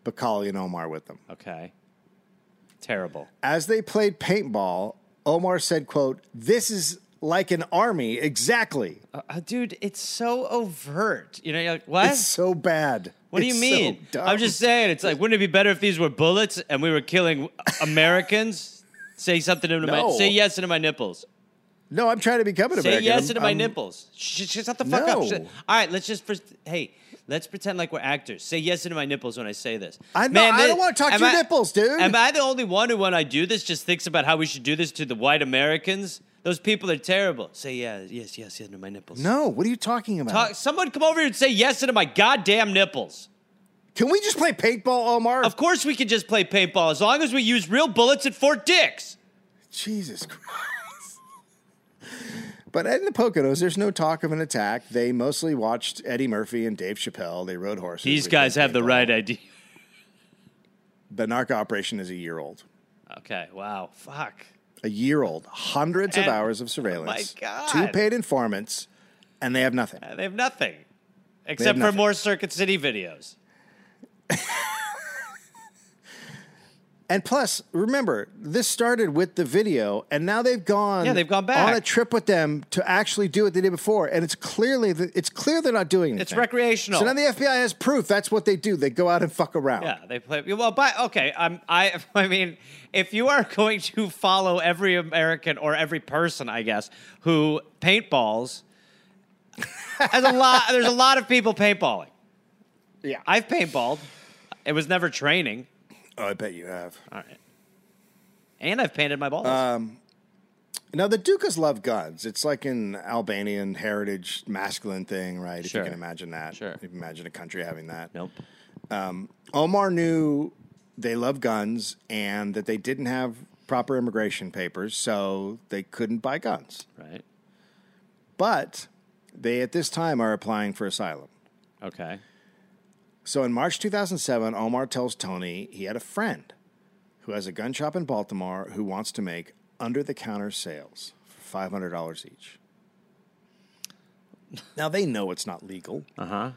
S1: Bacali and Omar with them.
S2: Okay. Terrible.
S1: As they played paintball, Omar said, "Quote: This is like an army, exactly.
S2: Uh, dude, it's so overt. You know, you're like, what?
S1: It's so bad.
S2: What do
S1: It's
S2: you
S1: so
S2: mean?
S1: dumb."
S2: I'm just saying, it's like, wouldn't it be better if these were bullets and we were killing Americans? Say something into
S1: No.
S2: my, say yes into my nipples.
S1: no. I'm trying to become an
S2: Say
S1: American.
S2: yes
S1: I'm-
S2: into my
S1: I'm-
S2: nipples. Sh- sh- shut the fuck up.
S1: No.
S2: Shut- All right, let's just, pres- hey, let's pretend like we're actors. Say yes into my nipples when I say this.
S1: I know- I don't wanna talk to
S2: am
S1: your nipples, dude.
S2: Am I the only one who, when I do this, just thinks about how we should do this to the white Americans? Those people are terrible. Say yeah, yes, yes, yes into my nipples.
S1: No, what are you talking about?
S2: Talk, someone come over here and say yes into my goddamn nipples.
S1: Can we just play paintball, Omar?
S2: Of course, we could just play paintball as long as we use real bullets at Fort Dix.
S1: Jesus Christ. But in the Poconos, there's no talk of an attack. They mostly watched Eddie Murphy and Dave Chappelle. They rode horses.
S2: These
S1: We
S2: guys
S1: played
S2: have the
S1: paintball.
S2: right idea.
S1: The narco operation is a year old.
S2: Okay. Wow. Fuck.
S1: A year old. Hundreds of
S2: And- oh
S1: hours of surveillance.
S2: my God.
S1: Two paid informants, and they have nothing.
S2: Uh, They have nothing except for
S1: nothing.
S2: more Circuit City videos.
S1: And plus, remember, this started with the video, and now they've gone.
S2: Yeah, they've gone back.
S1: on a trip with them to actually do what they did before, and it's clearly th- it's clear they're not doing anything.
S2: It's recreational.
S1: So now the FBI has proof. That's what they do. They go out and fuck around.
S2: Yeah, they play. Well, but okay, I'm, I, I mean, if you are going to follow every American or every person, I guess, who paintballs, there's a lot. There's a lot of people paintballing.
S1: Yeah.
S2: I've paintballed. It was never training.
S1: Oh, I bet you have.
S2: All right. And I've painted my balls.
S1: Uh, Now the Dukas love guns. It's like an Albanian heritage masculine thing, right? If
S2: Sure.
S1: you can imagine that.
S2: Sure.
S1: If you imagine a country having that. Um,
S7: Nope.
S1: Omar knew they love guns and that they didn't have proper immigration papers, so they couldn't buy guns.
S2: right.
S1: But they at this time are applying for asylum.
S2: Okay.
S1: So in March 2007, Omar tells Tony he had a friend who has a gun shop in Baltimore who wants to make under the counter sales for $500 each. Now they know it's not legal. Uh huh.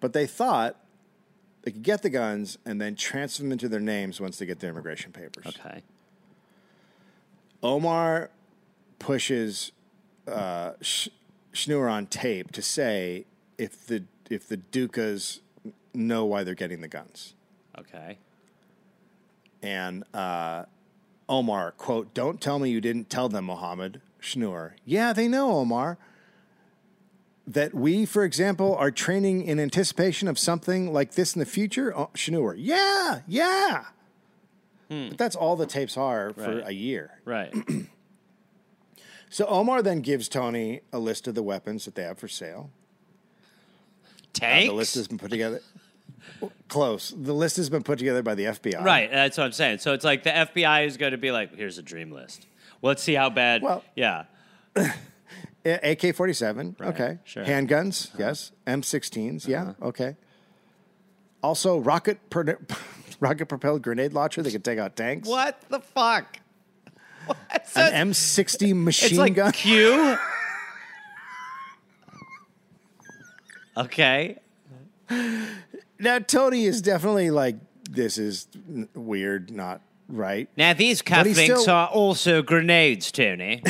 S1: But they thought they could get the guns and then transfer them into their names once they get their immigration papers.
S2: Okay.
S1: Omar pushes uh, Sh- Schnur on tape to say if the if the Dukas know why they're getting the guns,
S2: Okay.
S1: and uh, Omar quote, "Don't tell me you didn't tell them, Mohammed." Schnur, yeah, they know Omar. That we, for example, are training in anticipation of something like this in the future. Oh, Schnur, yeah, yeah. But that's all the tapes are for
S2: Hmm. Right.
S1: a year.
S2: Right.
S1: So Omar then gives Tony a list of the weapons that they have for sale.
S2: Tanks.
S1: The list has been put together. Close. The list has been put together by the FBI.
S2: Right, Uh, that's what I'm saying. So it's like the FBI is going to be like, here's a dream list. Well, Let's see how bad.
S1: Well-
S2: yeah,
S1: AK 47. Okay.
S2: sure. Uh-huh.
S1: Handguns. Yes. M16s. Yeah. Okay. Also, rocket pro- rocket propelled grenade launcher that can take out tanks.
S2: what the fuck? What? So
S1: An
S2: it's-
S1: M60 machine
S2: it's like
S1: gun.
S2: Q. okay,
S1: Now, Tony is definitely like, this is n- weird, not right.
S2: now these
S1: But
S2: cufflinks
S1: he's still-
S2: are also grenades, Tony.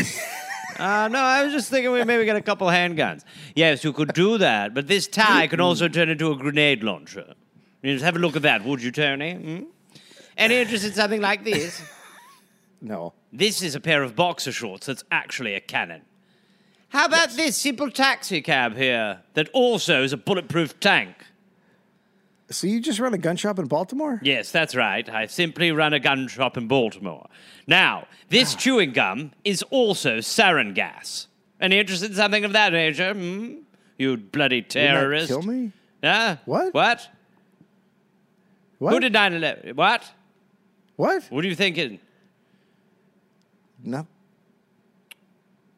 S2: Uh, no, I was just thinking we maybe get a couple handguns. Yes, you could do that, but this tie can also turn into a grenade launcher. You just have a look at that, would you, Tony? Hmm? Any interest in something like this?
S1: No.
S2: This is a pair of boxer shorts that's actually a cannon. How about this simple taxi cab here that also is a bulletproof tank?
S1: So you just run a gun shop in Baltimore?
S2: Yes, that's right. I simply run a gun shop in Baltimore. Now,
S1: Ah.
S2: this chewing gum is also sarin gas. Any interest in something of that nature? Hmm? You bloody
S1: Didn't that
S2: terrorist.
S1: Kill me?
S2: Huh?
S1: What?
S2: What?
S1: What?
S2: Who did 9 11? What?
S1: What?
S2: What are you thinking?
S1: No.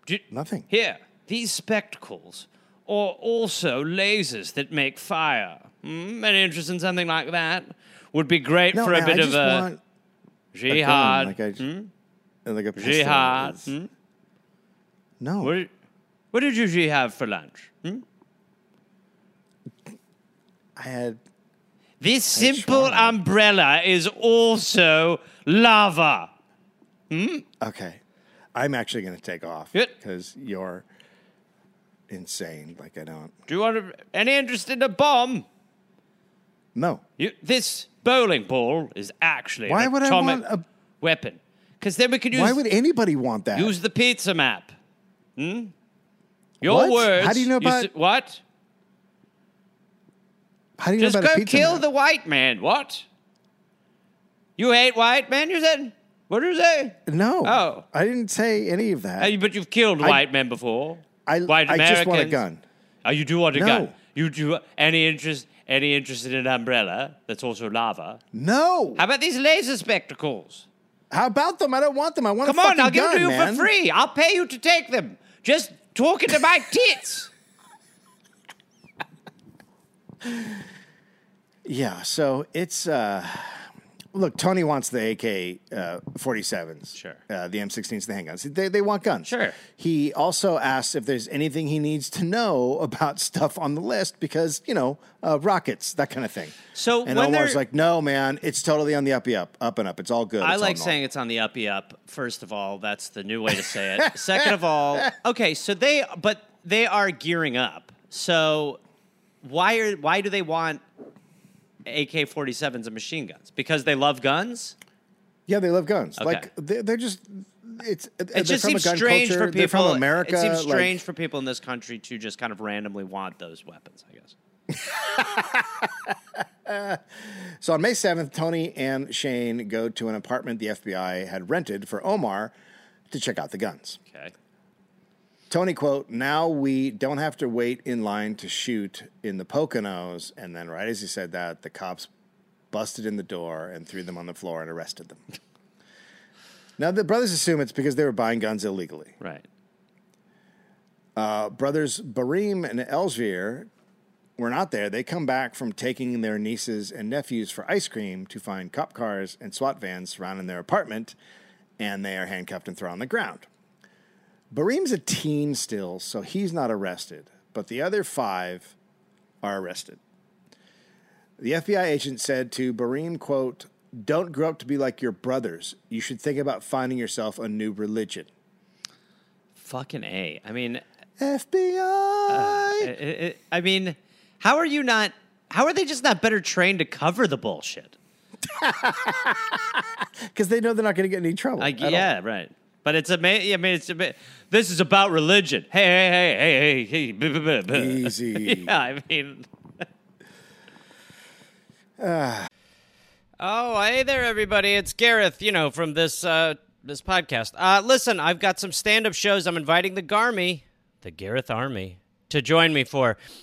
S2: Do-
S1: Nothing.
S2: Here, these spectacles are also lasers that make fire. Hmm? Any interest in something like that? Would be great for a
S1: man,
S2: bit
S1: I
S2: of
S1: just
S2: a
S1: want a gun,
S2: jihad.
S1: Like, I, and like a pistol
S2: jihad.
S1: is-
S2: Hmm?
S1: No.
S2: What, did, what did you usually have for lunch? Hmm?
S1: I had.
S2: This simple
S1: shawarma.
S2: umbrella is also lava.
S1: Okay. I'm actually going to take off
S2: Good.
S1: because you're insane. Like I don't.
S2: Do you want to, any interest in a bomb?
S1: No.
S2: You, this bowling ball is actually
S1: Why
S2: an
S1: would I
S2: atomic
S1: want a-
S2: weapon. Because then we could use
S1: Why would anybody want that?
S2: Use the pizza map. Hmm? Your
S1: What?
S2: words.
S1: How do you know about-
S2: s- what?
S1: How do you
S2: Just
S1: know about
S2: go
S1: a pizza
S2: kill
S1: man?
S2: the white man. What? You hate white men? You said. What did you say?
S1: No.
S2: Oh.
S1: I didn't say any of that.
S2: Uh, but you've killed white men before.
S1: I,
S2: white
S1: I
S2: Americans.
S1: just want a gun.
S2: Oh, you do want a
S1: No.
S2: gun. You do any interest? Any interest in an umbrella that's also lava?
S1: No.
S2: How about these laser spectacles?
S1: How about them? I don't want them. I want
S2: Come
S1: a
S2: on,
S1: fucking
S2: I'll give
S1: gun,
S2: them to you
S1: man.
S2: for free. I'll pay you to take them. Just talking to my tits.
S1: Yeah, so it's uh, look. Tony wants the AK forty sevens,
S2: Sure.
S1: Uh, the M sixteens, the handguns. They they want guns,
S2: Sure.
S1: He also asks if there's anything he needs to know about stuff on the list because you know uh, rockets, that kind of thing.
S2: So
S1: and
S2: when
S1: Omar's
S2: they're-
S1: like, "No, man, it's totally on the uppy up, up and up. It's all good."
S2: I
S1: It's
S2: like
S1: all
S2: saying it's on the uppy up. First of all, that's the new way to say it. Second of all, okay, so they but they are gearing up. So why are why do they want AK-47s and machine guns? Because they love guns?
S1: Yeah, they love guns.
S2: Okay.
S1: Like they're, they're just it's
S2: It just seems
S1: gun
S2: strange
S1: culture.
S2: for people
S1: They're from America.
S2: It seems
S1: like-
S2: strange for people in this country to just kind of randomly want those weapons, I guess.
S1: So on May 7th, Tony and Shane go to an apartment the FBI had rented for Omar to check out the guns.
S2: Okay.
S1: Tony quote, "Now we don't have to wait in line to shoot in the Poconos." And then right as he said that, the cops busted in the door and threw them on the floor and arrested them. now the brothers assume it's because they were buying guns illegally.
S2: Right.
S1: brothers Barim and Elzvir were not there. They come back from taking their nieces and nephews for ice cream to find cop cars and SWAT vans surrounding their apartment, and they are handcuffed and thrown on the ground. Barim's a teen still, so he's not arrested, but the other five are arrested. The FBI agent said to Barim, quote, don't grow up to be like your brothers. You should think about finding yourself a new religion.
S2: Fucking A. I mean,
S1: FBI!
S2: I- I I mean, how are you not how are they just not better trained to cover the bullshit?
S1: Because they know they're not going to get in any trouble.
S2: I,
S1: at all.
S2: yeah, right. But it's amazing. I mean, it's ama- this is about religion. Hey, hey, hey, hey, hey, hey. blah, blah, blah, blah.
S1: Easy.
S2: yeah, I mean. Oh, hey there, everybody. It's Gareth, you know, from this uh, this podcast. Uh, listen, I've got some stand up shows I'm inviting the Garmy, the Gareth Army, to join me for.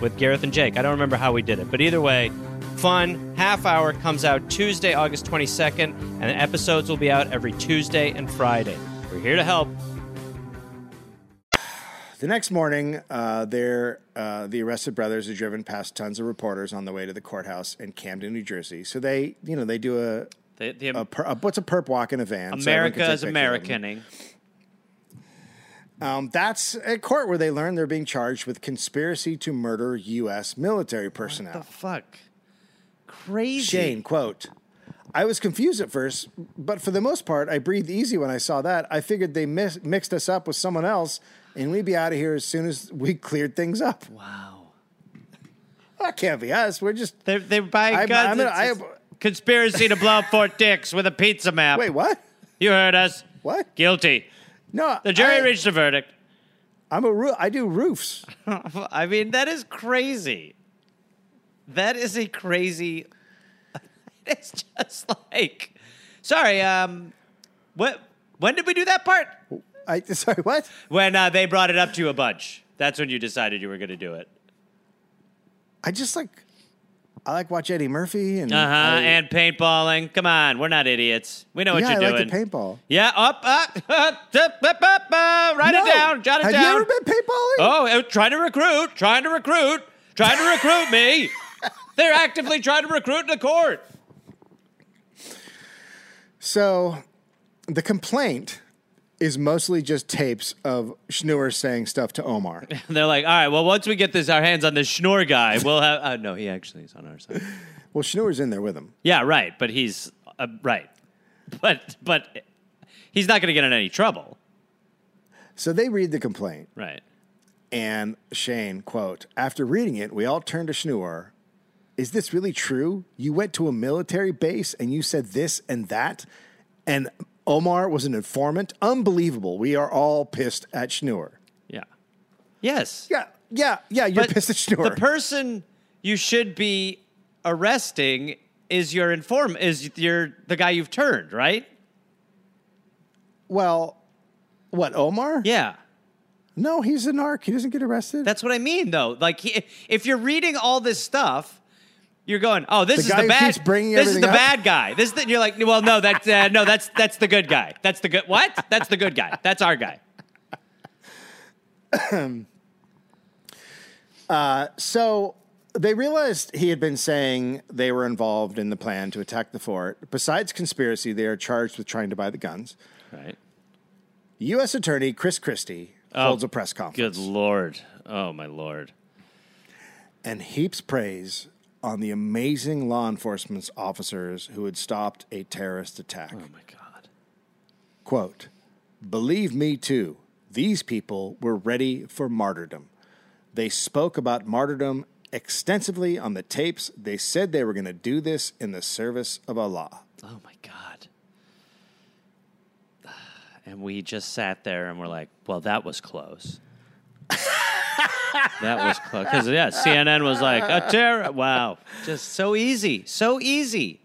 S2: with Gareth and Jake. I don't remember how we did it, but either way, fun half hour comes out Tuesday, August 22nd, and the episodes will be out every Tuesday and Friday. We're here to help.
S1: The next morning, uh, they're, uh, the arrested brothers are driven past tons of reporters on the way to the courthouse in Camden, New Jersey. So they, you know, they do a,
S2: The, the
S1: a, per, a what's a perp walk in a van. so everyone can
S2: America
S1: take
S2: is
S1: pictures of them.
S2: Americaning.
S1: Um, that's a court where they learn they're being charged with conspiracy to murder U.S. military personnel.
S2: fuck? Crazy.
S1: Shane, quote, I was confused at first, but for the most part, I breathed easy when I saw that. I figured they mis- mixed us up with someone else, and we'd be out of here as soon as we cleared things up.
S2: Wow.
S1: That can't be us. We're just
S2: They're, they're buying
S1: I'm-
S2: guns.
S1: I'm gonna-
S2: It's- it's
S1: I-
S2: conspiracy to blow up Fort Dix with a pizza map.
S1: wait. What?
S2: You heard us.
S1: What?
S2: Guilty.
S1: No,
S2: The jury
S1: I,
S2: reached a verdict.
S1: I'm a roo- I do roofs.
S2: I mean, that is crazy. That is a crazy. It's just like, sorry. Um, what? When did we do that part?
S1: I sorry. What?
S2: When uh, they brought it up to you a bunch. That's when you decided you were going to do it.
S1: I just like I like watch Eddie Murphy and
S2: Uh huh.
S1: I-
S2: And paintballing. Come on, we're not idiots. We know what
S1: yeah,
S2: you're
S1: I
S2: doing.
S1: like the paintball.
S2: yeah, up, up, up, up, up, up, up. Write
S1: No.
S2: it down. Jot it
S1: Have
S2: down.
S1: you ever been paintballing?
S2: Oh, uh, trying to recruit, trying to recruit, trying to recruit me. They're actively trying to recruit the court.
S1: So the complaint is mostly just tapes of Schnur saying stuff to Omar.
S2: And they're like, all right, well, once we get this, our hands on this Schnorr guy, we'll have. Uh, no, he actually is on our side.
S1: well, Schnur's in there with him.
S2: Yeah, right. But he's uh, right. But but he's not going to get in any trouble,
S1: So they read the complaint.
S2: right?
S1: And Shane, quote, after reading it, we all turned to Schnur. Is this really true? You went to a military base and you said this and that? And Omar was an informant? Unbelievable. We are all pissed at Schnur.
S2: Yeah. Yes.
S1: Yeah, yeah, yeah. You're
S2: But
S1: pissed at Schnur.
S2: The person you should be arresting is your inform is your the guy you've turned, right?
S1: well, what, Omar?
S2: Yeah.
S1: No, he's a narc. He doesn't get arrested.
S2: That's what I mean, though. Like, he, if you're reading all this stuff, you're going, "Oh, this
S1: The
S2: is
S1: guy
S2: the
S1: who
S2: bad.
S1: keeps bringing
S2: this is
S1: everything
S2: the
S1: up?
S2: bad guy. This is the, you're like, well, no, that's uh, no, that's that's the good guy. That's the good. What? That's the good guy. That's our guy.
S1: So they realized he had been saying they were involved in the plan to attack the fort. Besides conspiracy, they are charged with trying to buy the guns.
S7: Right.
S1: U.S. Attorney Chris Christie holds a press conference
S7: Good lord. Oh my lord.
S1: and heaps praise on the amazing law enforcement officers who had stopped a terrorist attack.
S7: Oh my god.
S1: Quote, believe me too, these people were ready for martyrdom. They spoke about martyrdom extensively on the tapes. They said they were going to do this in the service of Allah.
S2: Oh my god. And we just sat there and we're like, well, that was close. that was close. Because, yeah, CNN was like, a terror. Wow. Just so easy. So easy.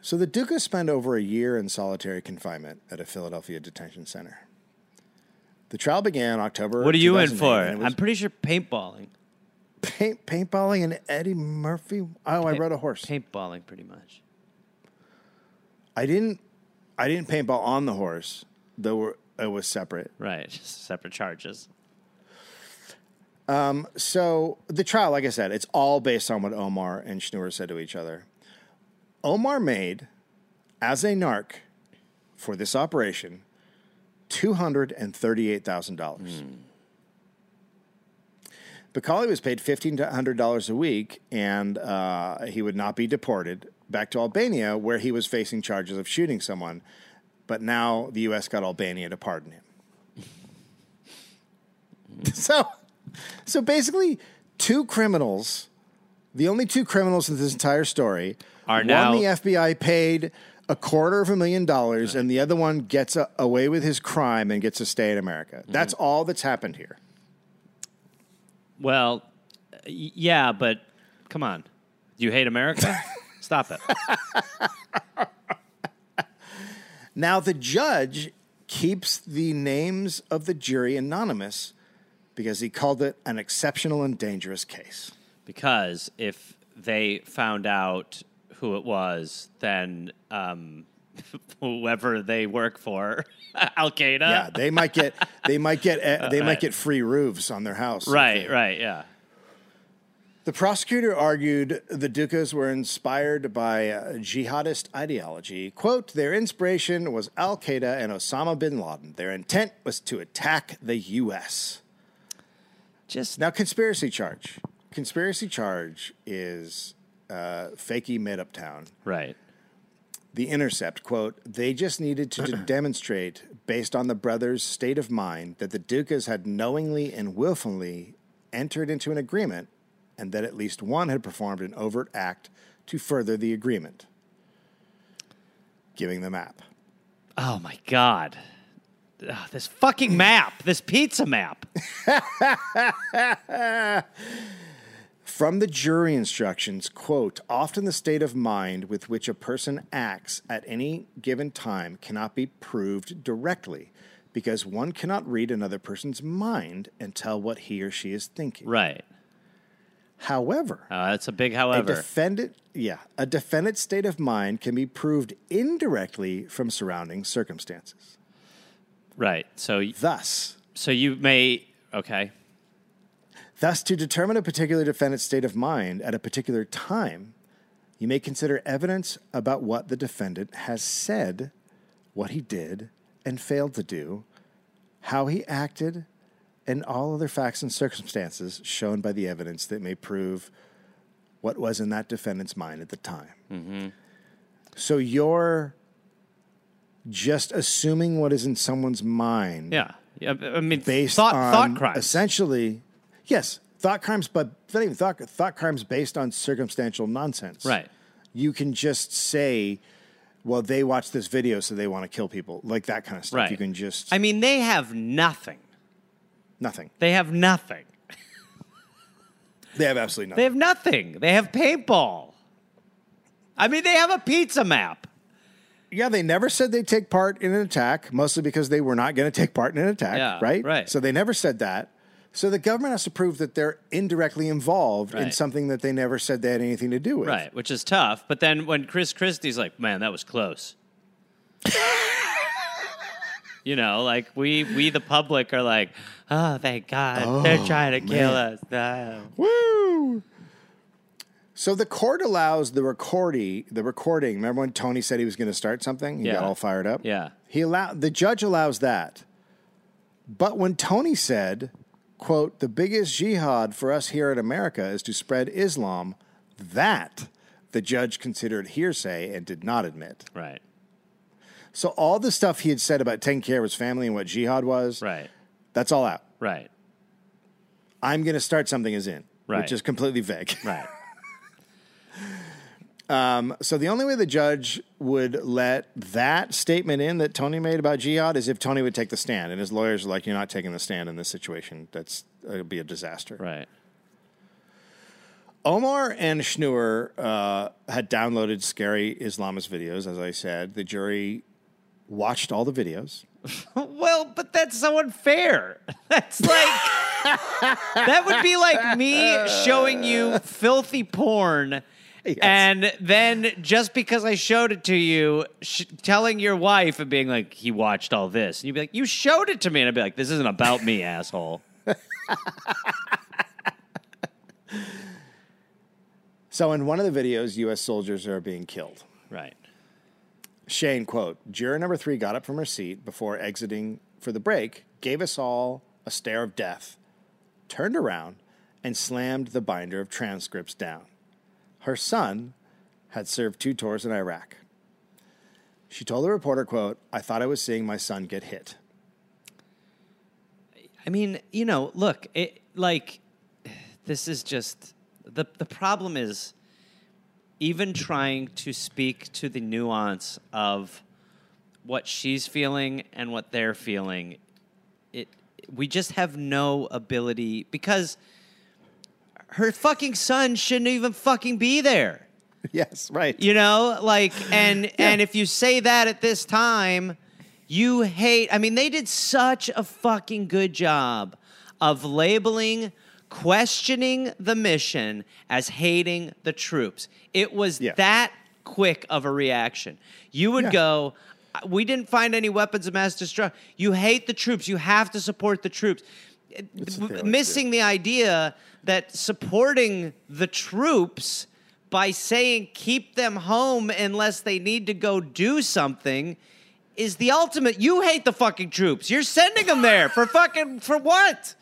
S1: So the Duca spent over a year in solitary confinement at a Philadelphia detention center. The trial began October.
S2: What are you in for?
S1: 2008, and it was
S2: I'm pretty sure paintballing.
S1: paint, paintballing and Eddie Murphy. Oh, I rode a horse.
S2: Paintballing, pretty much.
S1: I didn't. I didn't paintball on the horse. Though we're- it was separate.
S2: Right. Just separate charges.
S1: So the trial, like I said, it's all based on what Omar and Schnur said to each other. Omar made, as a narc, for this operation, two hundred and thirty-eight thousand dollars. Bacali was paid fifteen hundred dollars a week, and uh, he would not be deported back to Albania, where he was facing charges of shooting someone. But now the U.S. got Albania to pardon him. so, so basically, two criminals, the only two criminals in this entire story,
S2: Are
S1: one
S2: now-
S1: the FBI paid a quarter of a million dollars, and the other one gets a, away with his crime and gets to stay in America. That's
S2: Mm-hmm.
S1: all that's happened here.
S2: Well, y- yeah, but come on. Do you hate America? Stop it.
S1: Now, the judge keeps the names of the jury anonymous because he called it an exceptional and dangerous case.
S2: because if they found out who it was, then um, whoever they work for, Al Qaeda.
S1: Yeah, they might get they might get eh, they might get free roofs on their house. if
S2: right,
S1: they-
S2: right, yeah.
S1: The prosecutor argued the Dukas were inspired by uh, jihadist ideology. Quote, their inspiration was Al Qaeda and Osama bin Laden. Their intent was to attack the U.S.
S2: Just
S1: Now, conspiracy charge. Conspiracy charge is uh, fakey made up town.
S2: right.
S1: The Intercept, quote, they just needed to d- demonstrate, based on the brothers' state of mind, that the Dukas had knowingly and willfully entered into an agreement and that at least one had performed an overt act to further the agreement. Giving the map.
S2: Oh my god. Ugh, this fucking map, this pizza map.
S1: From the jury instructions, quote, often the state of mind with which a person acts at any given time cannot be proved directly because one cannot read another person's mind and tell what he or she is thinking.
S2: Right.
S1: However,
S2: Uh, that's a big
S1: a
S2: however.
S1: defendant, yeah, a defendant's state of mind can be proved indirectly from surrounding circumstances.
S2: right. So y-
S1: Thus,
S2: so you may okay.
S1: Thus, to determine a particular defendant's state of mind at a particular time, you may consider evidence about what the defendant has said, what he did and failed to do, how he acted, and all other facts and circumstances shown by the evidence that may prove what was in that defendant's mind at the time. So you're just assuming what is in someone's mind
S2: Yeah. Yeah, I mean,
S1: based
S2: thought
S1: on
S2: thought crimes.
S1: essentially yes thought crimes but not even thought, thought crimes based on circumstantial nonsense
S2: Right.
S1: you can just say well they watched this video so they want to kill people like that kind of stuff
S2: Right.
S1: you can just
S2: I mean, they have nothing.
S1: nothing
S2: They have nothing.
S1: they have absolutely nothing
S2: They have nothing. They have paintball. I mean, they have a pizza map.
S1: yeah they never said they take part in an attack mostly because they were not going to take part in an attack
S2: Yeah,
S1: right
S2: right.
S1: so they never said that so the government has to prove that they're indirectly involved in
S2: Right.
S1: something that they never said they had anything to do with
S2: Right, which is tough. But then when Chris Christie's like, "Man, that was close," you know, like we we the public are like, "Oh, thank God,
S1: Oh,
S2: they're trying to kill us." Ah.
S1: Woo! So the court allows the recording. The recording. Remember when Tony said he was going to start something? He
S2: Yeah.
S1: got all fired up.
S2: Yeah.
S1: He allow the judge allows that. But when Tony said, "quote The biggest jihad for us here in America is to spread Islam," that the judge considered hearsay and did not admit.
S2: Right,
S1: So all the stuff he had said about taking care of his family and what jihad was,
S2: right,
S1: that's all out.
S2: right,
S1: I'm going to start something is in,
S2: Right.
S1: which is completely vague.
S2: right.
S1: So the only way the judge would let that statement in that Tony made about jihad is if Tony would take the stand, and his lawyers are like, "You're not taking the stand in this situation. That's it'll be a disaster."
S2: Right.
S1: Omar and Schnur uh, had downloaded scary Islamist videos, as I said. The jury watched all the videos.
S2: Well, but that's so unfair. That's like that would be like me showing you filthy porn, and then just because I showed it to you, sh- telling your wife and being like, "He watched all this," and you'd be like, "You showed it to me," and I'd be like, "This isn't about me, asshole."
S1: So in one of the videos, U.S. soldiers are being killed.
S2: Right.
S1: Shane, quote, juror number three got up from her seat before exiting for the break, gave us all a stare of death, turned around, and slammed the binder of transcripts down. Her son had served two tours in Iraq. She told the reporter, quote, I thought I was seeing my son get hit.
S2: I mean, you know, look, it like this is just the the problem is even trying to speak to the nuance of what she's feeling and what they're feeling. It we just have no ability because her fucking son shouldn't even fucking be there.
S1: Yes, right.
S2: You know, like and and if you say that at this time, you hate I mean they did such a fucking good job of labeling questioning the mission as hating the troops. It was
S1: Yeah.
S2: that quick of a reaction. You would
S1: Yeah.
S2: go we didn't find any weapons of mass destruction. You hate the troops. You have to support the troops.
S1: That's
S2: W-
S1: what they like to
S2: missing the idea that supporting the troops by saying keep them home unless they need to go do something is the ultimate. You hate the fucking troops. You're sending them there for fucking for what?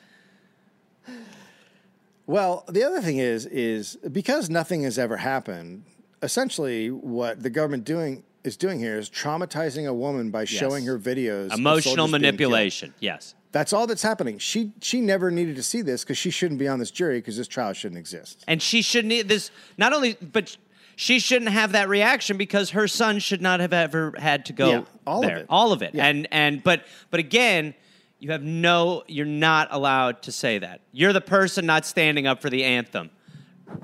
S1: Well, the other thing is is because nothing has ever happened, essentially what the government doing is doing here is traumatizing a woman by showing her videos of
S2: Emotional
S1: soldiers being killed.
S2: manipulation. Yes.
S1: That's all that's happening. She she never needed to see this because she shouldn't be on this jury because this trial shouldn't exist.
S2: And she shouldn't e- this not only but she shouldn't have that reaction because her son should not have ever had to go
S1: Yeah, all of
S2: there.
S1: it.
S2: All of it.
S1: Yeah.
S2: And and but but again, you have no you're not allowed to say that. You're the person not standing up for the anthem.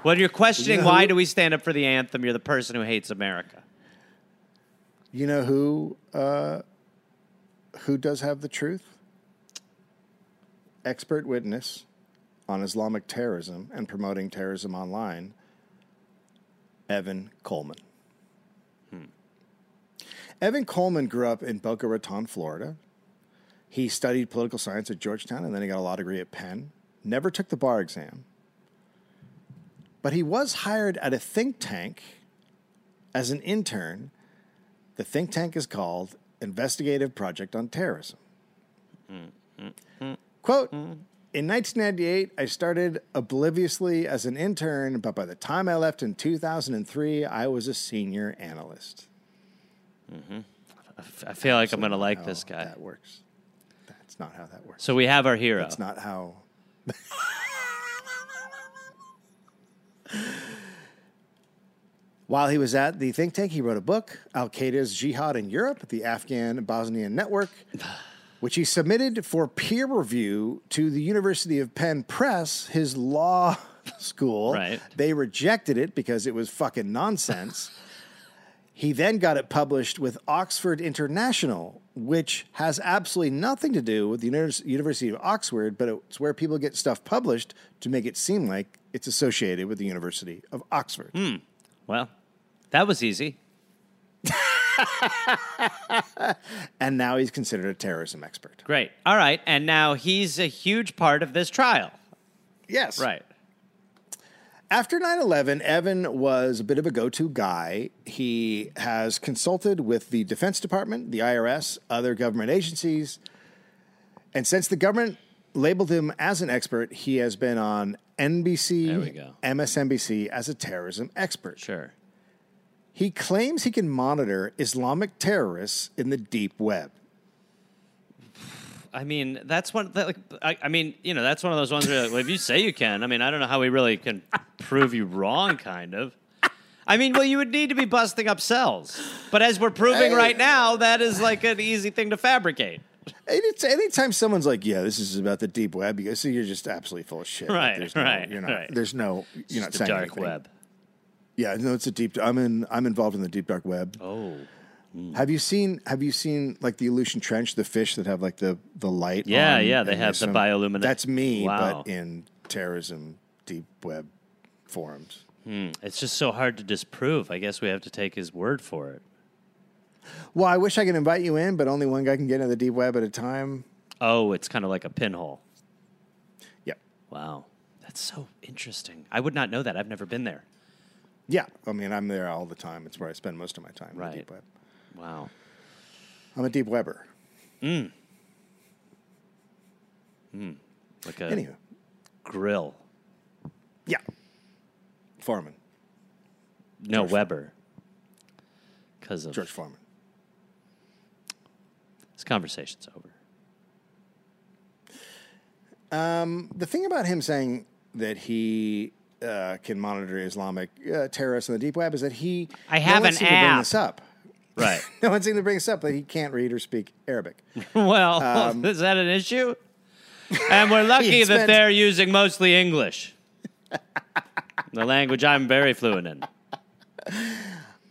S2: When you're questioning
S1: You know
S2: why
S1: who-
S2: do we stand up for the anthem, you're the person who hates America.
S1: You know who uh, who does have the truth? Expert witness on Islamic terrorism and promoting terrorism online, Evan Coleman. Hmm. Evan Coleman grew up in Boca Raton, Florida. He studied political science at Georgetown and then he got a law degree at Penn. Never took the bar exam. But he was hired at a think tank as an intern. The think tank is called Investigative Project on Terrorism. Quote In 1998, I started obliviously as an intern, but by the time I left in 2003, I was a senior analyst.
S2: I feel like I'm going to like
S1: How
S2: this guy.
S1: That works. That's not how that works.
S2: So we have our hero.
S1: That's not how. While he was at the think tank, he wrote a book, Al Qaeda's Jihad in Europe, the Afghan Bosnian Network, which he submitted for peer review to the University of Penn Press, his law school.
S2: Right.
S1: They rejected it because it was fucking nonsense. He then got it published with Oxford International, which has absolutely nothing to do with the Univers- University of Oxford, but it's where people get stuff published to make it seem like it's associated with the University of Oxford.
S2: well, that was easy.
S1: And now he's considered a terrorism expert.
S2: Great. All right. And now he's a huge part of this trial.
S1: Yes.
S2: Right.
S1: After 9 11, Evan was a bit of a go to guy. He has consulted with the Defense Department, the IRS, other government agencies. And since the government labeled him as an expert, he has been on
S7: There we
S1: NBC,
S7: go.
S1: MSNBC as a terrorism expert.
S7: Sure.
S1: He claims he can monitor Islamic terrorists in the deep web.
S2: I mean, that's one. That, like, I, I mean, you know, that's one of those ones where like, well, if you say you can, I mean, I don't know how we really can prove you wrong. Kind of. I mean, well, you would need to be busting up cells, but as we're proving
S1: Hey.
S2: right now, that is like an easy thing to fabricate.
S1: And it's- anytime someone's like, "Yeah, this is about the deep web," you go, "So you're just absolutely full of shit." Like,
S2: Right,
S1: there's
S2: right,
S1: No, you're not.
S2: right.
S1: There's no. You're not
S2: the
S1: saying
S2: dark
S1: anything.
S2: web.
S1: Yeah, no, it's a deep. I'm in. I'm involved in the deep dark web.
S7: Oh.
S2: mm.
S1: Have you seen? Have you seen like the Aleutian Trench, the fish that have like the the light?
S2: Yeah,
S1: on
S2: yeah, they
S1: and
S2: have the
S1: swim?
S2: bioluminescent-
S1: That's me,
S2: Wow.
S1: but in terrorism deep web forums.
S2: It's just so hard to disprove. I guess we have to take his word for it.
S1: Well, I wish I could invite you in, but only one guy can get into the deep web at a time.
S2: Oh, it's kind of like a pinhole.
S1: Yep.
S2: Wow, that's so interesting. I would not know that. I've never been there.
S1: Yeah, I mean, I'm there all the time. It's where I spend most of my time. In
S2: Right.
S1: the deep web.
S2: Wow.
S1: I'm a deep webber.
S2: Like a
S1: Anywho,
S2: grill.
S1: yeah, Foreman,
S2: No, Weber. Because of
S1: George Foreman.
S2: this conversation's over.
S1: The thing about him saying that he uh, can monitor Islamic uh, terrorists in the deep web is that he
S2: I have
S1: no one
S2: an
S1: seemed to bring
S2: app.
S1: this up.
S2: Right.
S1: No one seemed to bring this up that he can't read or speak Arabic.
S2: well,
S1: Um,
S2: is that an issue? And we're lucky
S1: It's
S2: that
S1: meant-
S2: they're using mostly English, the language I'm very fluent in.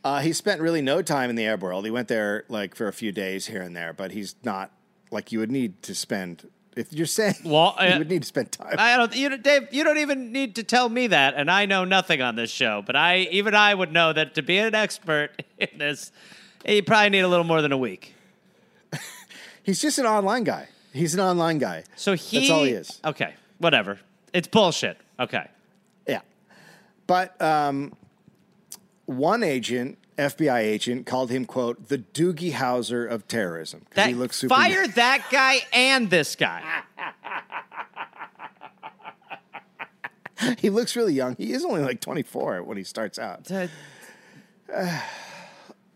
S1: Uh, he spent really no time in the Arab world. He went there like for a few days here and there, but he's not like you would need to spend if you're saying
S2: Well, I-
S1: you would need to spend time.
S2: I don't, you know, Dave. You don't even need to tell me that, and I know nothing on this show. But I, even I, would know that to be an expert in this, you probably need a little more than a week.
S1: he's just an online guy. He's an online guy.
S2: So he,
S1: that's all he is.
S2: Okay, whatever. It's bullshit. Okay.
S1: Yeah. But um, one agent, FBI agent, called him, quote, the Doogie Howser of terrorism. 'cause
S2: That,
S1: he looks super. Ah.
S2: fire that guy and this guy.
S1: He looks really young. He is only like 24 when he starts out.
S2: Uh,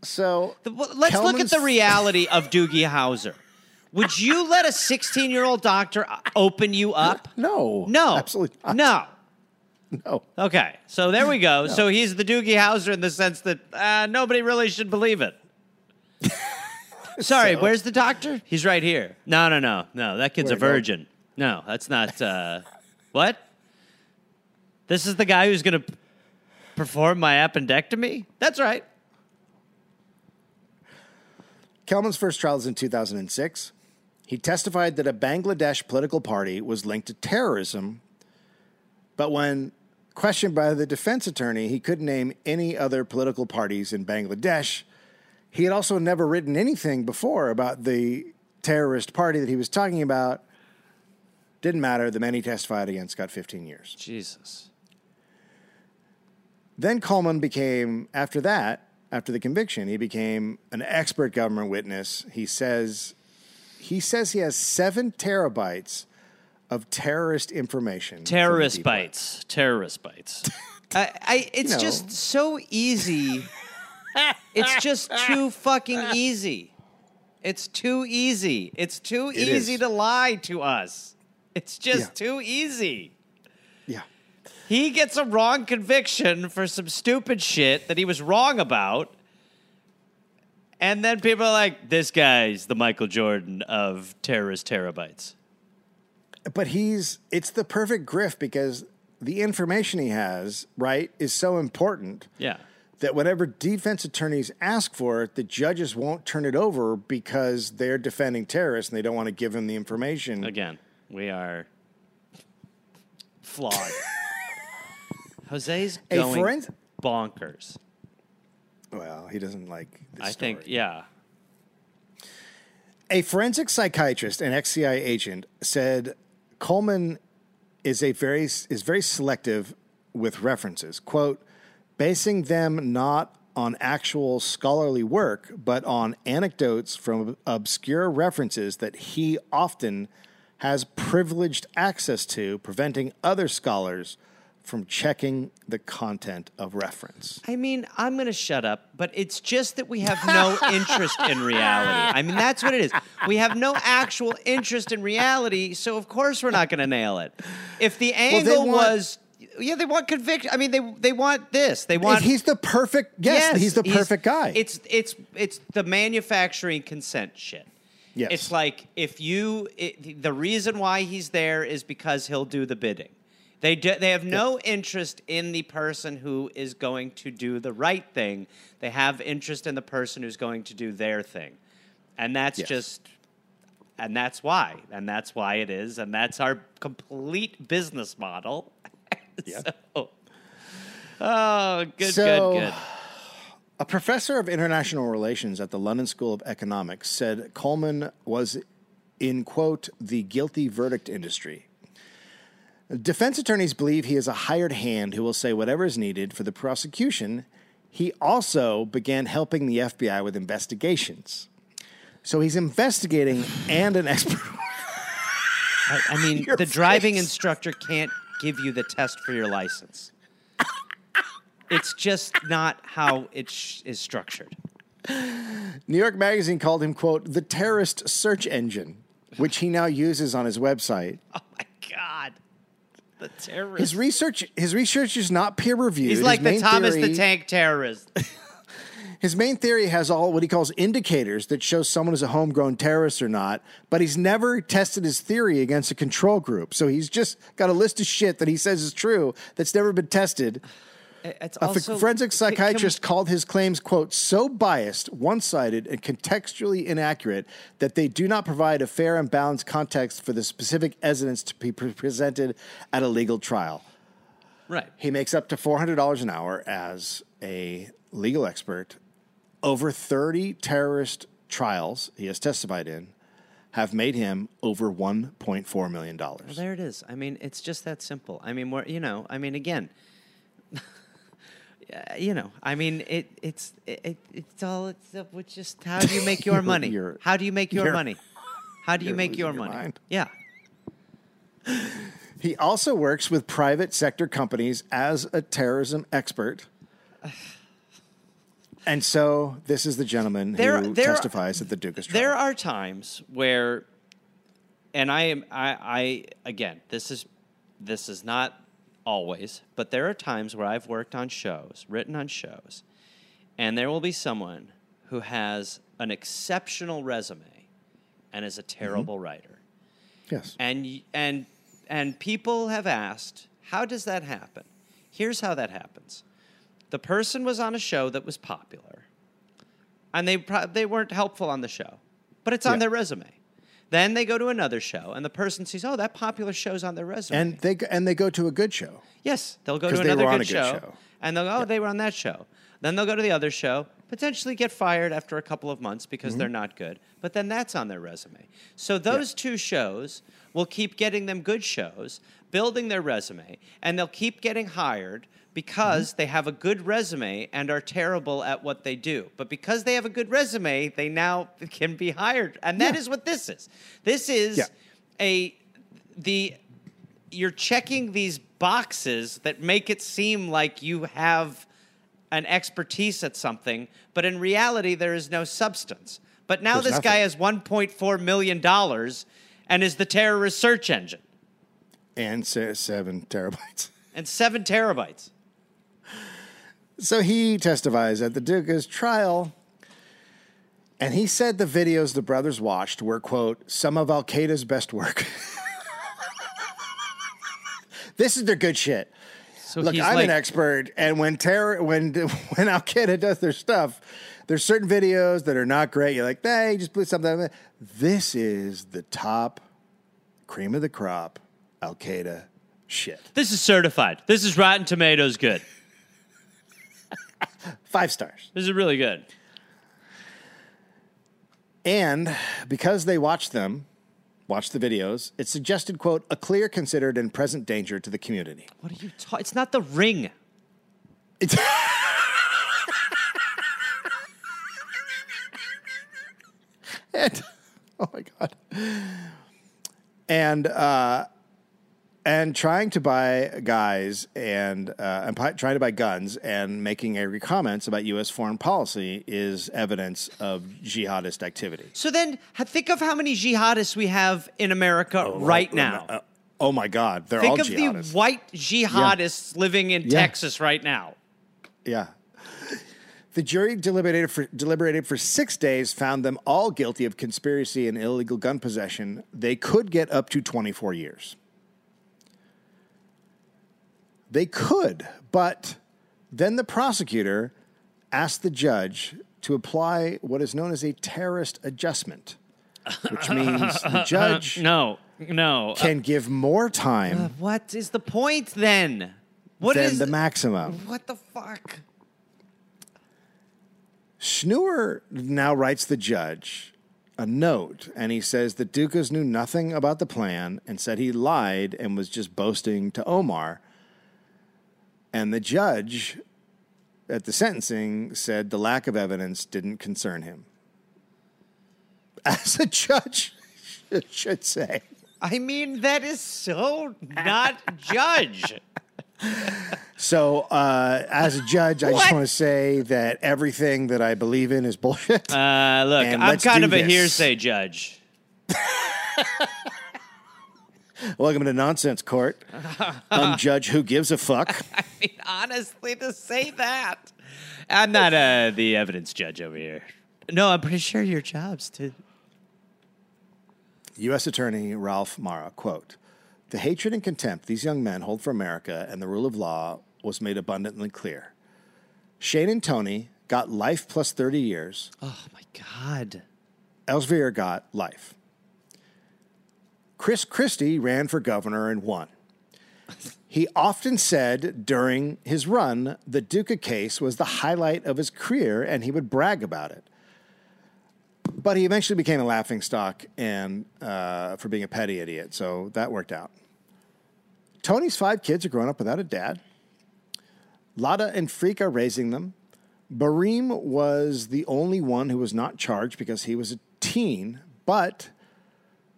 S1: So
S2: the- well, let's look at
S1: Kelman's-
S2: the reality of Doogie Howser. Would you let a 16 year old doctor uh, open you up?
S1: No.
S2: No.
S1: Absolutely not.
S2: No.
S1: No.
S2: Okay. So there we go. So he's the Doogie Howser in the sense that uh, nobody really should believe it. Sorry, where's the doctor? He's right here. No, no, no. No, that kid's
S1: Where,
S2: a
S1: no?
S2: virgin. No, that's not. Uh, what? This is the guy who's going to perform my appendectomy? That's right.
S1: Kelman's first trial is in 2006. He testified that a Bangladesh political party was linked to terrorism But when questioned by the defense attorney, he couldn't name any other political parties in Bangladesh. He had also never written anything before about the terrorist party that he was talking about. Didn't matter. The man he testified against got 15 years.
S2: Jesus.
S1: Then Coleman became, after that, after the conviction, he became an expert government witness. He says he says he has seven terabytes of terrorist information. from the
S2: Terrorist
S1: deep web.
S2: bites. Terrorist bites.
S8: I, I it's
S1: No.
S8: just so easy. it's just too fucking easy. It's too easy. It's too easy
S1: is.
S8: to lie to us.
S2: it's just
S1: Yeah.
S2: too easy.
S1: Yeah.
S2: He gets a wrong conviction for some stupid shit that he was wrong about. And then people are like, this guy's the Michael Jordan of terrorist terabytes.
S1: But he's it's the perfect grift because the information he has, right, is so important
S2: Yeah.
S1: that whenever defense attorneys ask for it, the judges won't turn it over because they're defending terrorists and they don't want to give him the information.
S2: Again, we are flawed. Jose's
S1: A
S2: going
S1: forensic-
S2: bonkers.
S1: Well, he doesn't like this
S2: I think,
S1: story.
S2: yeah.
S1: A forensic psychiatrist and ex CIA agent said Coleman is a very is very selective with references. Quote, basing them not on actual scholarly work, but on anecdotes from obscure references that he often has privileged access to, preventing other scholars from checking the content of reference.
S8: I mean, I'm gonna shut up, but it's just that we
S2: We have no interest in reality. I mean, that's what it is. We have no actual interest in reality, so of course we're not going to nail it. If the
S1: they
S2: angle
S1: want-
S2: was, yeah, they want conviction. I mean, they they want this. They want
S1: he's the perfect yes, he's the perfect guy.
S2: It's it's it's the manufacturing consent shit.
S1: Yes.
S2: It's like if you it, the reason why he's there is because he'll do the bidding. They do, they have no interest in the person who is going to do the right thing. They have interest in the person who's going to do their thing. And that's
S1: Yes.
S2: just and that's why. And that's why it is and that's our complete business model.
S1: Yeah.
S2: So- oh, good
S1: So-
S2: good good.
S1: A professor of international relations at the London School of Economics said Coleman was in, quote, the guilty verdict industry. Defense attorneys believe he is a hired hand who will say whatever is needed for the prosecution. He also began helping the FBI with investigations. So he's investigating and an expert.
S2: I, I mean,
S1: Your
S2: the driving
S1: face.
S2: instructor can't give you the test for your license. It's just not how it sh- is structured.
S1: New York Magazine called him, quote, the terrorist search engine, which he now uses on his website.
S2: Oh my god, the terrorist.
S1: His research, his research is not peer reviewed.
S2: He's like the Thomas the Tank terrorist.
S1: His main theory has all what he calls indicators that show someone is a homegrown terrorist or not, but he's never tested his theory against a control group. So he's just got a list of shit that he says is true that's never been tested.
S2: It's
S1: A f-
S2: also
S1: forensic
S2: can- can we-
S1: psychiatrist called his claims, quote, so biased, one sided, and contextually inaccurate that they do not provide a fair and balanced context for the specific evidence to be pre- presented at a legal trial.
S2: right.
S1: He makes up to $400 an hour as a legal expert. Over 30 terrorist trials he has testified in have made him over $1.4 million.
S2: There it is. I mean, it's just that simple. I mean, we're, you know, I mean, again, yeah, you know, I mean, it, it's, it, it- it's all, it's up with just how do you make your
S1: You're-
S2: money?
S1: you're-
S2: how do you make your
S1: you're-
S2: money? How do you
S1: you're
S2: make your
S1: losing your
S2: money?
S1: mind.
S2: Yeah.
S1: He also works with private sector companies as a terrorism expert. And so this is the gentleman
S2: There-
S1: who
S2: there-
S1: testifies at the Dukas trial.
S2: There are times where, and I am, I, I, again, this is, this is not always, but there are times where I've worked on shows, written on shows, and there will be someone who has an exceptional resume and is a terrible writer.
S1: yes.
S2: And y- and and people have asked, how does that happen? Here's how that happens. The person was on a show that was popular, and they pro- they weren't helpful on the show, but it's on
S1: Yeah.
S2: their resume. Then they go to another show, and the person sees, oh, that popular show's on their resume.
S1: And they go- and they go to a good show.
S2: yes, they'll go
S1: 'Cause
S2: to
S1: they
S2: another
S1: were on
S2: good,
S1: a
S2: show,
S1: good show.
S2: and they'll go, oh, they were on that show. Then they'll go to the other show, potentially get fired after a couple of months
S1: Mm-hmm.
S2: because they're not good. But then that's on their resume. So those two shows will keep getting them good shows, building their resume, and they'll keep getting hired because
S1: Mm-hmm.
S2: they have a good resume and are terrible at what they do. But because they have a good resume, they now can be hired. And that is what this is. This is
S1: Yeah.
S2: a the you're checking these boxes that make it seem like you have an expertise at something, but in reality, there is no substance. But now
S1: There's
S2: this guy
S1: nothing.
S2: has $1.4 million and is the terrorist search engine
S1: And se- seven terabytes.
S2: and seven terabytes.
S1: So he testifies at the Duca's trial, and he said the videos the brothers watched were, quote, some of Al Qaeda's best work. this is their good shit.
S2: So
S1: Look,
S2: he's
S1: I'm
S2: like,
S1: an expert, and when terror, when when Al Qaeda does their stuff, there's certain videos that are not great. You're like, hey, just put something. This is the top cream of the crop Al Qaeda shit.
S2: this is certified. This is Rotten Tomatoes good.
S1: Five stars.
S2: This is really good.
S1: And because they watched them, watched the videos, it suggested, quote, a clear, considered, and present danger to the community.
S2: What are you talking? It's not the ring.
S1: It's- and, oh my God. And, uh, and trying to buy guys and, uh, and pi- trying to buy guns and making angry comments about U.S. foreign policy is evidence of jihadist activity.
S2: So then h- think of how many jihadists we have in America right now.
S1: Uh, oh my God, they're all
S2: Think of
S1: jihadists.
S2: the white jihadists living in
S1: Yeah.
S2: Texas right now.
S1: yeah. The jury deliberated for, deliberated for six days, found them all guilty of conspiracy and illegal gun possession. They could get up to 24 years. They could, but then the prosecutor asked the judge to apply what is known as a terrorist adjustment, which means the judge
S2: No, no. Uh,
S1: can give more time
S2: what is the point then? What
S1: than
S2: is
S1: the maximum.
S2: what the fuck?
S1: Schnur now writes the judge a note, and he says that Dukas knew nothing about the plan and said he lied and was just boasting to Omar. And the judge at the sentencing said the lack of evidence didn't concern him. As a judge should say.
S2: I mean, that is so not judge.
S1: So, uh, as a judge, I just
S2: What?
S1: want to say that everything that I believe in is bullshit.
S2: Uh, look,
S1: And
S2: I'm
S1: let's
S2: kind
S1: do
S2: of a
S1: this.
S2: hearsay judge.
S1: Welcome to Nonsense Court. I'm Judge Who Gives a Fuck.
S2: I mean, honestly, to say that, I'm not uh, the evidence judge over here. No, I'm pretty sure your job's to.
S1: U.S. Attorney Ralph Mara, quote, The hatred and contempt these young men hold for America and the rule of law was made abundantly clear. Shane and Tony got life plus 30 years.
S2: Oh my god.
S1: Elsevier got life. Chris Christie ran for governor and won. He often said during his run, the Duca case was the highlight of his career and he would brag about it. But he eventually became a laughingstock and uh, for being a petty idiot, so that worked out. Tony's five kids are growing up without a dad. Lada and Freak are raising them. Bareem was the only one who was not charged because he was a teen, but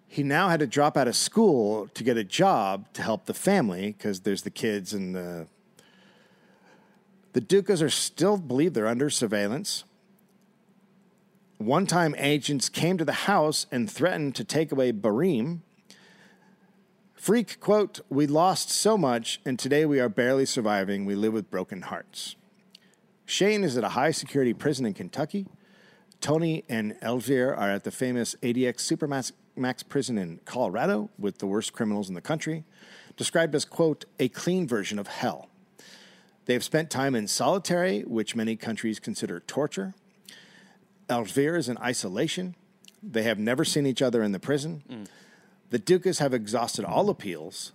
S1: he now had to drop out of school to get a job to help the family because there's the kids and the. The Dukas are still believe they're under surveillance. One time, agents came to the house and threatened to take away Bareem. Freak, quote, we lost so much and today we are barely surviving. We live with broken hearts. Shane is at a high security prison in Kentucky. Tony and Elvir are at the famous ADX Supermax Max prison in Colorado with the worst criminals in the country, described as, quote, a clean version of hell. They have spent time in solitary, which many countries consider torture. Elvir is in isolation. They have never seen each other in the prison. The Dukas have exhausted all appeals.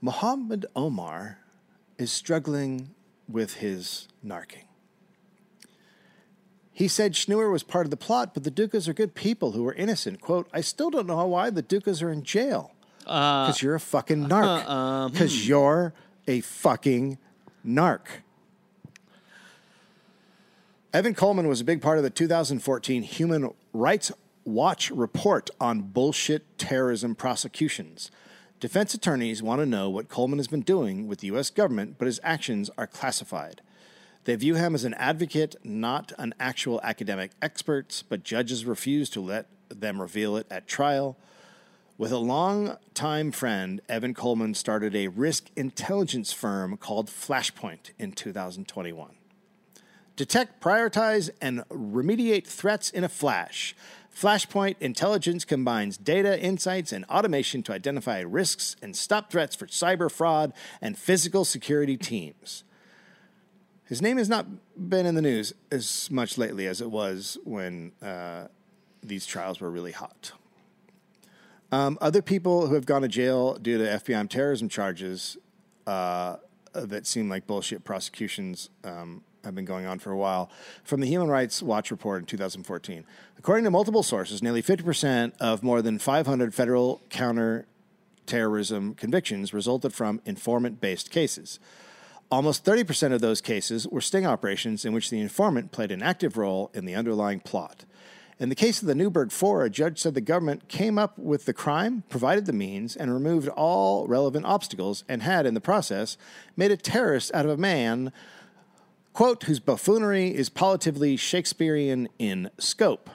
S1: Muhammad Omar is struggling with his narking. He said Schneur was part of the plot, but the Dukas are good people who are innocent. Quote, I still don't know why the Dukas are in jail. Because you're a fucking narc. Because you're a fucking narc. Evan Coleman was a big part of the 2014 Human Rights Watch report on bullshit terrorism prosecutions. Defense attorneys want to know what Coleman has been doing with the U.S. government, but his actions are classified. They view him as an advocate, not an actual academic expert, but judges refuse to let them reveal it at trial. With a longtime friend, Evan Coleman started a risk intelligence firm called Flashpoint in 2021. Detect, prioritize, and remediate threats in a flash. Flashpoint Intelligence combines data, insights, and automation to identify risks and stop threats for cyber fraud and physical security teams. His name has not been in the news as much lately as it was when uh, these trials were really hot. Um, other people who have gone to jail due to FBI terrorism charges uh, that seem like bullshit prosecutions um, have been going on for a while. From the Human Rights Watch report in 2014, according to multiple sources, nearly 50% of more than 500 federal counterterrorism convictions resulted from informant based cases. Almost 30% of those cases were sting operations in which the informant played an active role in the underlying plot. In the case of the Newberg Four, a judge said the government came up with the crime, provided the means, and removed all relevant obstacles, and had, in the process, made a terrorist out of a man, quote, whose buffoonery is positively Shakespearean in scope.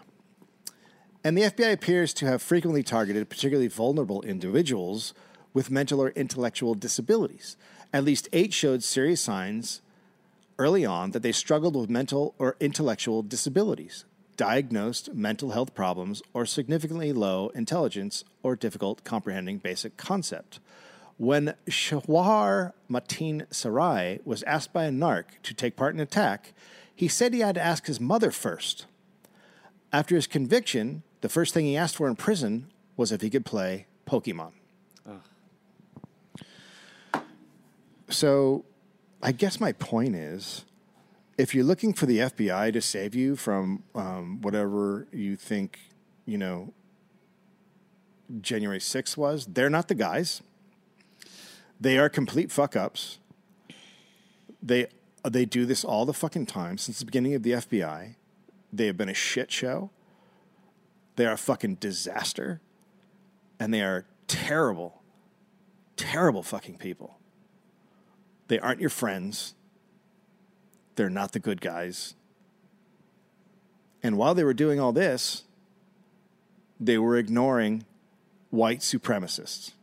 S1: And the FBI appears to have frequently targeted particularly vulnerable individuals with mental or intellectual disabilities. At least eight showed serious signs early on that they struggled with mental or intellectual disabilities, diagnosed mental health problems, or significantly low intelligence or difficult comprehending basic concept. When Shawar Mateen Sarai was asked by a narc to take part in an attack, he said he had to ask his mother first. After his conviction, the first thing he asked for in prison was if he could play Pokemon. So, I guess my point is if you're looking for the FBI to save you from um, whatever you think, you know, January 6th was, they're not the guys. They are complete fuck ups. They they do this all the fucking time since the beginning of the FBI. They have been a shit show. They are a fucking disaster. And they are terrible, terrible fucking people. They aren't your friends. They're not the good guys. And while they were doing all this, they were ignoring white supremacists.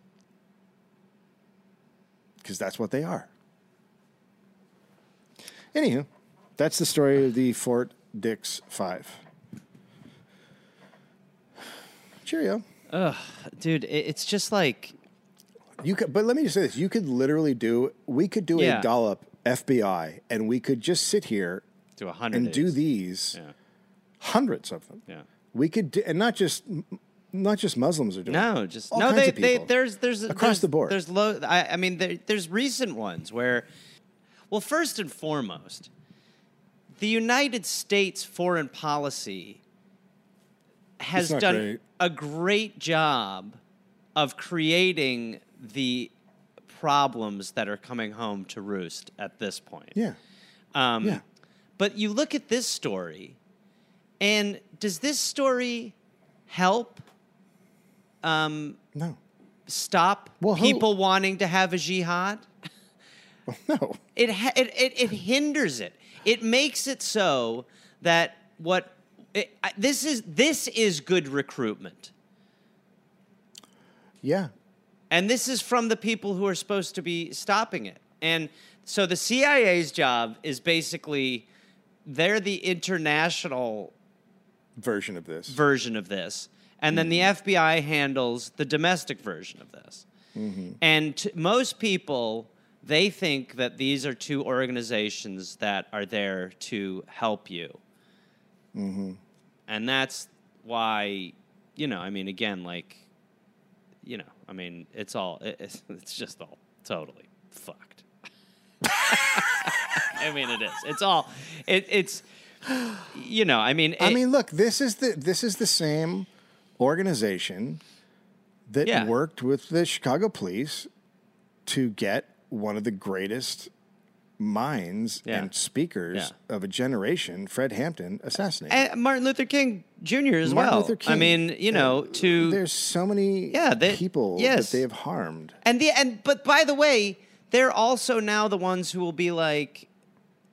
S1: Because that's what they are. Anywho, that's the story of the Fort Dix Five. Cheerio.
S8: Dude, it, it's just like
S1: You could, but let me just say this: you could literally do. We could do
S2: Yeah.
S1: a dollop FBI, and we could just sit here
S2: Do a hundred
S1: and do
S2: days.
S1: these
S2: Yeah.
S1: hundreds of them.
S2: Yeah.
S1: we could, do, and not just not just Muslims are doing.
S2: No,
S1: it.
S2: just
S1: All
S2: no.
S1: kinds
S2: They,
S1: of
S2: they
S1: people.
S2: there's there's
S1: Across
S2: there's-
S1: the board.
S2: There's low. I, I mean, there, there's recent ones where, well, first and foremost, the United States foreign policy has
S1: It's not
S2: done
S1: great.
S2: a great job of creating the problems that are coming home to roost at this point.
S1: yeah,
S2: Um,
S1: yeah.
S2: But you look at this story, and does this story help?
S1: No,
S2: stop
S1: Well, who-
S2: people wanting to have a jihad?
S1: no.
S2: It, ha- it, it, it hinders it. It makes it so that what it, I- this is this is good recruitment,
S1: Yeah,
S2: and this is from the people who are supposed to be stopping it. And so the CIA's job is basically they're the international
S1: version of this.
S2: version of this, and then the
S9: Mm-hmm.
S2: FBI handles the domestic version of this.
S9: Mm-hmm.
S2: And t- most people, they think that these are two
S9: Mm-hmm.
S2: organizations that are there to help you.
S9: And that's why, you know, I mean, again, like, you know, I mean, it's all, it, it's, it's just all totally fucked. I mean, it is. It's all, it, it's, you know, I mean,
S1: I
S9: it-
S1: mean, look, this is the this is the same organization that
S9: Yeah.
S1: worked with the Chicago police to get one of the greatest minds
S9: Yeah.
S1: and speakers of a generation, Fred Hampton, assassinated.
S9: and Martin Luther King Jr. as
S1: Martin
S9: well.
S1: Luther
S9: I
S1: King.
S9: mean, you know, to
S1: There's so many
S9: Yeah, they-
S1: people
S9: yes.
S1: that they have harmed.
S2: And the and but by the way, they're also now the ones who will be like,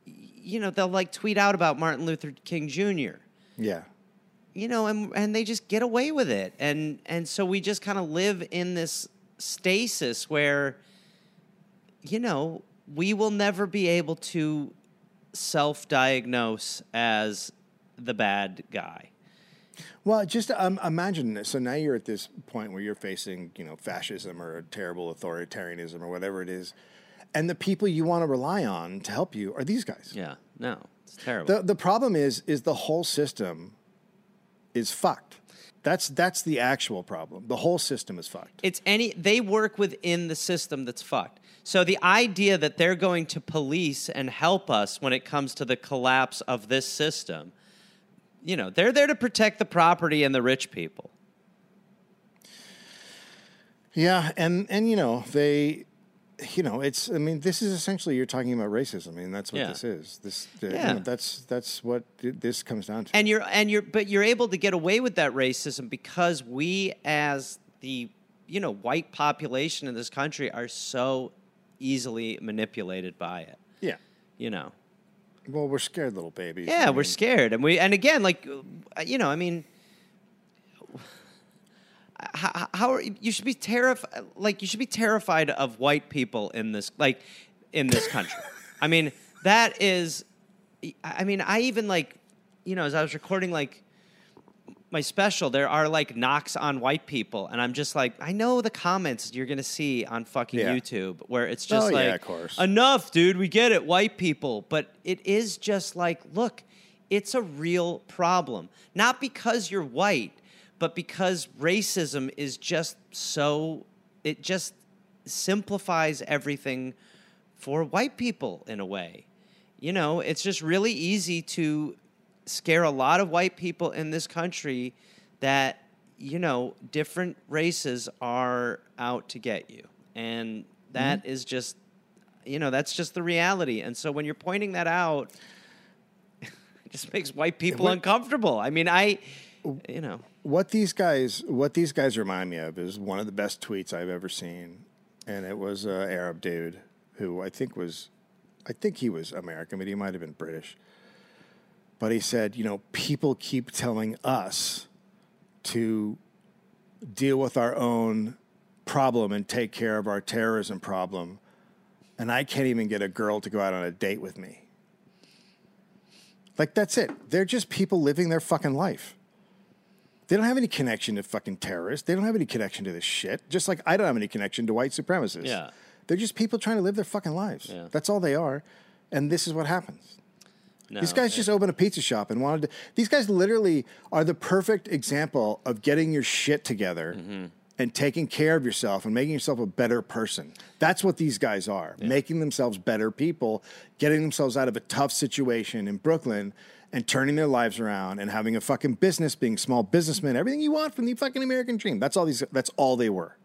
S2: you know, they'll like tweet out about Martin Luther King Jr.
S1: Yeah.
S2: You know, and and they just get away with it, and and so we just kind of live in this stasis where, you know, we will never be able to self-diagnose as the bad guy.
S1: Well, just um, imagine this. So now you're at this point where you're facing, you know, fascism or terrible authoritarianism or whatever it is, and the people you want to rely on to help you are these guys.
S9: yeah, no, it's terrible.
S1: The the problem is is the whole system is fucked. That's that's the actual problem. The whole system is fucked.
S2: It's any they work within the system that's fucked. So the idea that they're going to police and help us when it comes to the collapse of this system, you know, they're there to protect the property and the rich people.
S1: Yeah, and and you know, they you know, it's I mean, this is essentially you're talking about racism. I mean, that's what
S9: Yeah.
S1: this is. This the- you
S2: Yeah.
S1: know, that's that's what th- this comes down to.
S2: And you're and you're but you're able to get away with that racism because we as the you know white population in this country are so easily manipulated by it.
S1: yeah.
S2: You know.
S1: Well, we're scared little babies.
S2: Yeah,
S1: I
S2: we're
S1: mean,
S2: scared, and we and again, like uh, you know, I mean, how, how are you should be terrified? Like you should be terrified of white people in this, like in this country. I mean, that is, I I mean, I even like, you know, as I was recording like my special, there are like knocks on white people, and I'm just like, I know the comments you're gonna see on fucking
S1: Yeah.
S2: YouTube where it's just
S1: Oh,
S2: like,
S1: yeah, of course.
S2: enough, dude. We get it, white people, but it is just like, look, it's a real problem. Not because you're white, but because racism is just so. It just simplifies everything for white people in a way. You know, it's just really easy to scare a lot of white people in this country that, you know, different races are out to get you. And that
S9: Mm-hmm.
S2: is just, you know, that's just the reality. And so when you're pointing that out, it just makes white people uncomfortable. I mean, I, you know,
S1: what these guys what these guys remind me of is one of the best tweets I've ever seen, and it was an Arab dude who I think was, I think he was American, but he might have been British. But he said, you know, people keep telling us to deal with our own problem and take care of our terrorism problem, and I can't even get a girl to go out on a date with me. Like that's it. They're just people living their fucking life. They don't have any connection to fucking terrorists. They don't have any connection to this shit. Just like I don't have any connection to white supremacists.
S9: Yeah.
S1: They're just people trying to live their fucking lives.
S9: Yeah.
S1: That's all they are. And this is what happens.
S9: no,
S1: These guys just opened a pizza shop and wanted to. These guys literally are the perfect example of getting your shit together and taking care of yourself and making yourself a better person. That's what these guys are making themselves better people, getting themselves out of a tough situation in Brooklyn and turning their lives around and having a fucking business, being small businessmen, everything you want from the fucking American dream. That's all these, that's all they were.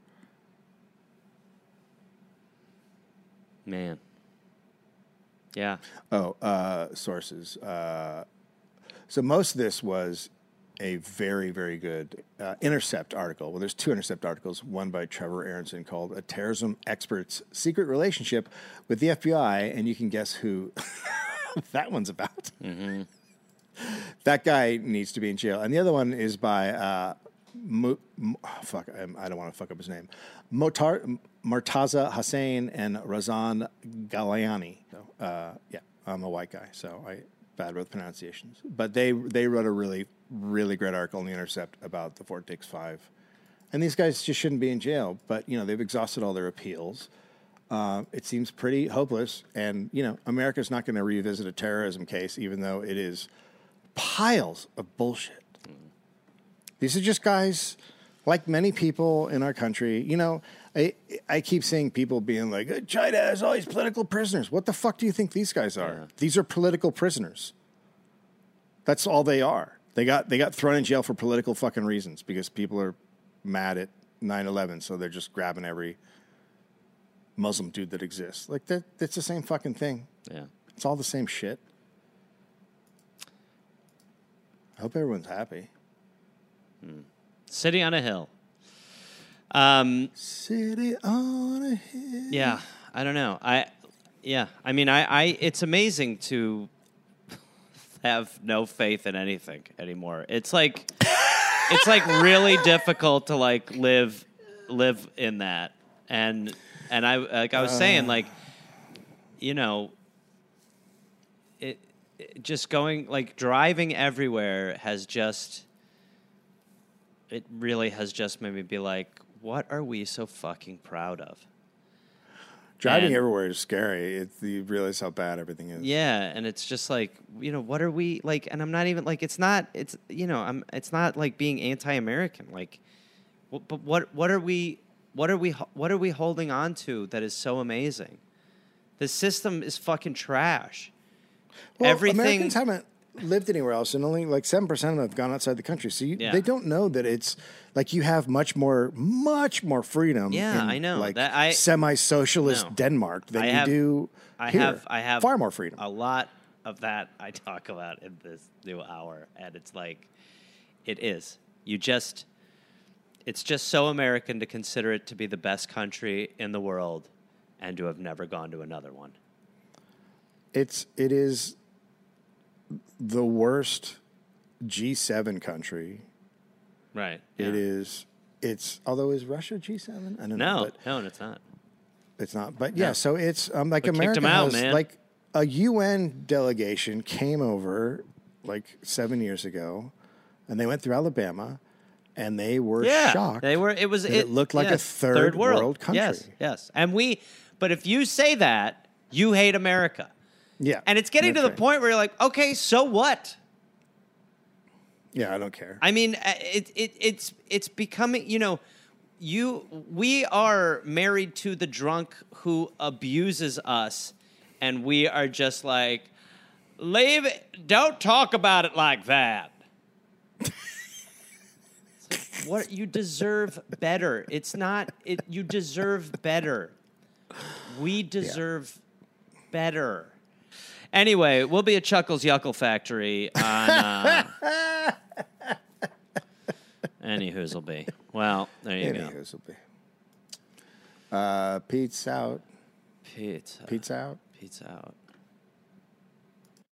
S9: man. Yeah,
S1: Oh, uh, sources. Uh, so most of this was a very, very good uh, Intercept article. Well, there's two Intercept articles, one by Trevor Aronson called A Terrorism Expert's Secret Relationship with the FBI, and you can guess who that one's about. That guy needs to be in jail. And the other one is by, uh, Mo- Mo- oh, fuck, I'm, I don't want to fuck up his name, Motar- M- Martaza Hussein and Razan Galayani. Uh, yeah, I'm a white guy, so I bad with pronunciations. But they they wrote a really really great article in the Intercept about the Fort Dix Five, and these guys just shouldn't be in jail. But you know they've exhausted all their appeals. Uh, it seems pretty hopeless, and you know America's not going to revisit a terrorism case, even though it is piles of bullshit. These are just guys, like many people in our country. You know, I I keep seeing people being like, "Uh, China has all these political prisoners. What the fuck do you think these guys are? These are political prisoners. That's all they are. They got they got thrown in jail for political fucking reasons because people are mad at 9-11, so they're just grabbing every Muslim dude that exists. Like that that's the same fucking thing.
S2: Yeah.
S1: It's all the same shit. I hope everyone's happy.
S2: City on a hill. Um,
S1: City on a hill.
S2: yeah, I don't know. I yeah, I mean, I, I it's amazing to have no faith in anything anymore. It's like it's like really difficult to like live live in that. And and I like I was saying like you know it, it just going like driving everywhere has just it really has just made me be like what are we so fucking proud of?
S1: Driving
S2: And-
S1: everywhere is scary. It, you realize how bad everything is.
S2: Yeah, and it's just like you know what are we like? And I'm not even like it's not it's you know I'm it's not like being anti-American like, wh- but what what are we what are we ho- what are we holding on to that is so amazing? The system is fucking trash.
S1: Well,
S2: Everything-
S1: Americans haven't lived anywhere else, and only like seven percent of them have gone outside the country. So you,
S2: Yeah.
S1: they don't know that it's like you have much more, much more freedom.
S2: Yeah,
S1: in,
S2: I know.
S1: Like
S2: That- I-
S1: semi-socialist
S2: No.
S1: Denmark than
S2: I
S1: you
S2: have-
S1: do.
S2: I
S1: here.
S2: have I have
S1: far more freedom.
S2: A lot of that I talk about in this new hour, and it's like it is. You just it's just so American to consider it to be the best country in the world and to have never gone to another one.
S1: it's it is the worst G7 country.
S2: Right.
S1: It is. It's although is Russia G7? I don't know.
S2: No,
S1: but-
S2: no, it's not.
S1: It's not, but yeah. So it's um, like
S2: But kicked
S1: America
S2: 'em out,
S1: has
S2: man.
S1: like a UN delegation came over like seven years ago, and they went through Alabama, and they were
S2: yeah,
S1: shocked.
S2: They were. It was.
S1: that it looked like a
S2: yes,
S1: third world country.
S2: Yes, yes. And we. But if you say that, you hate America,
S1: yeah,
S2: and it's getting
S1: that's
S2: to the
S1: right.
S2: point where you're like, okay, so what?
S1: Yeah, I don't care.
S2: I mean, uh, it, it it's it's becoming. You know, you we are married to the drunk who abuses us, and we are just like, leave it. Don't talk about it like that. It's like, what you deserve better. It's not. It you deserve better. We deserve better. Anyway, we'll be at Chuckles Yuckle Factory on. Uh, any who's will be. Well, there you
S1: Any
S2: go.
S1: who's will be. Uh, Pete's out.
S2: Pizza.
S1: Pete's out.
S2: Pizza out.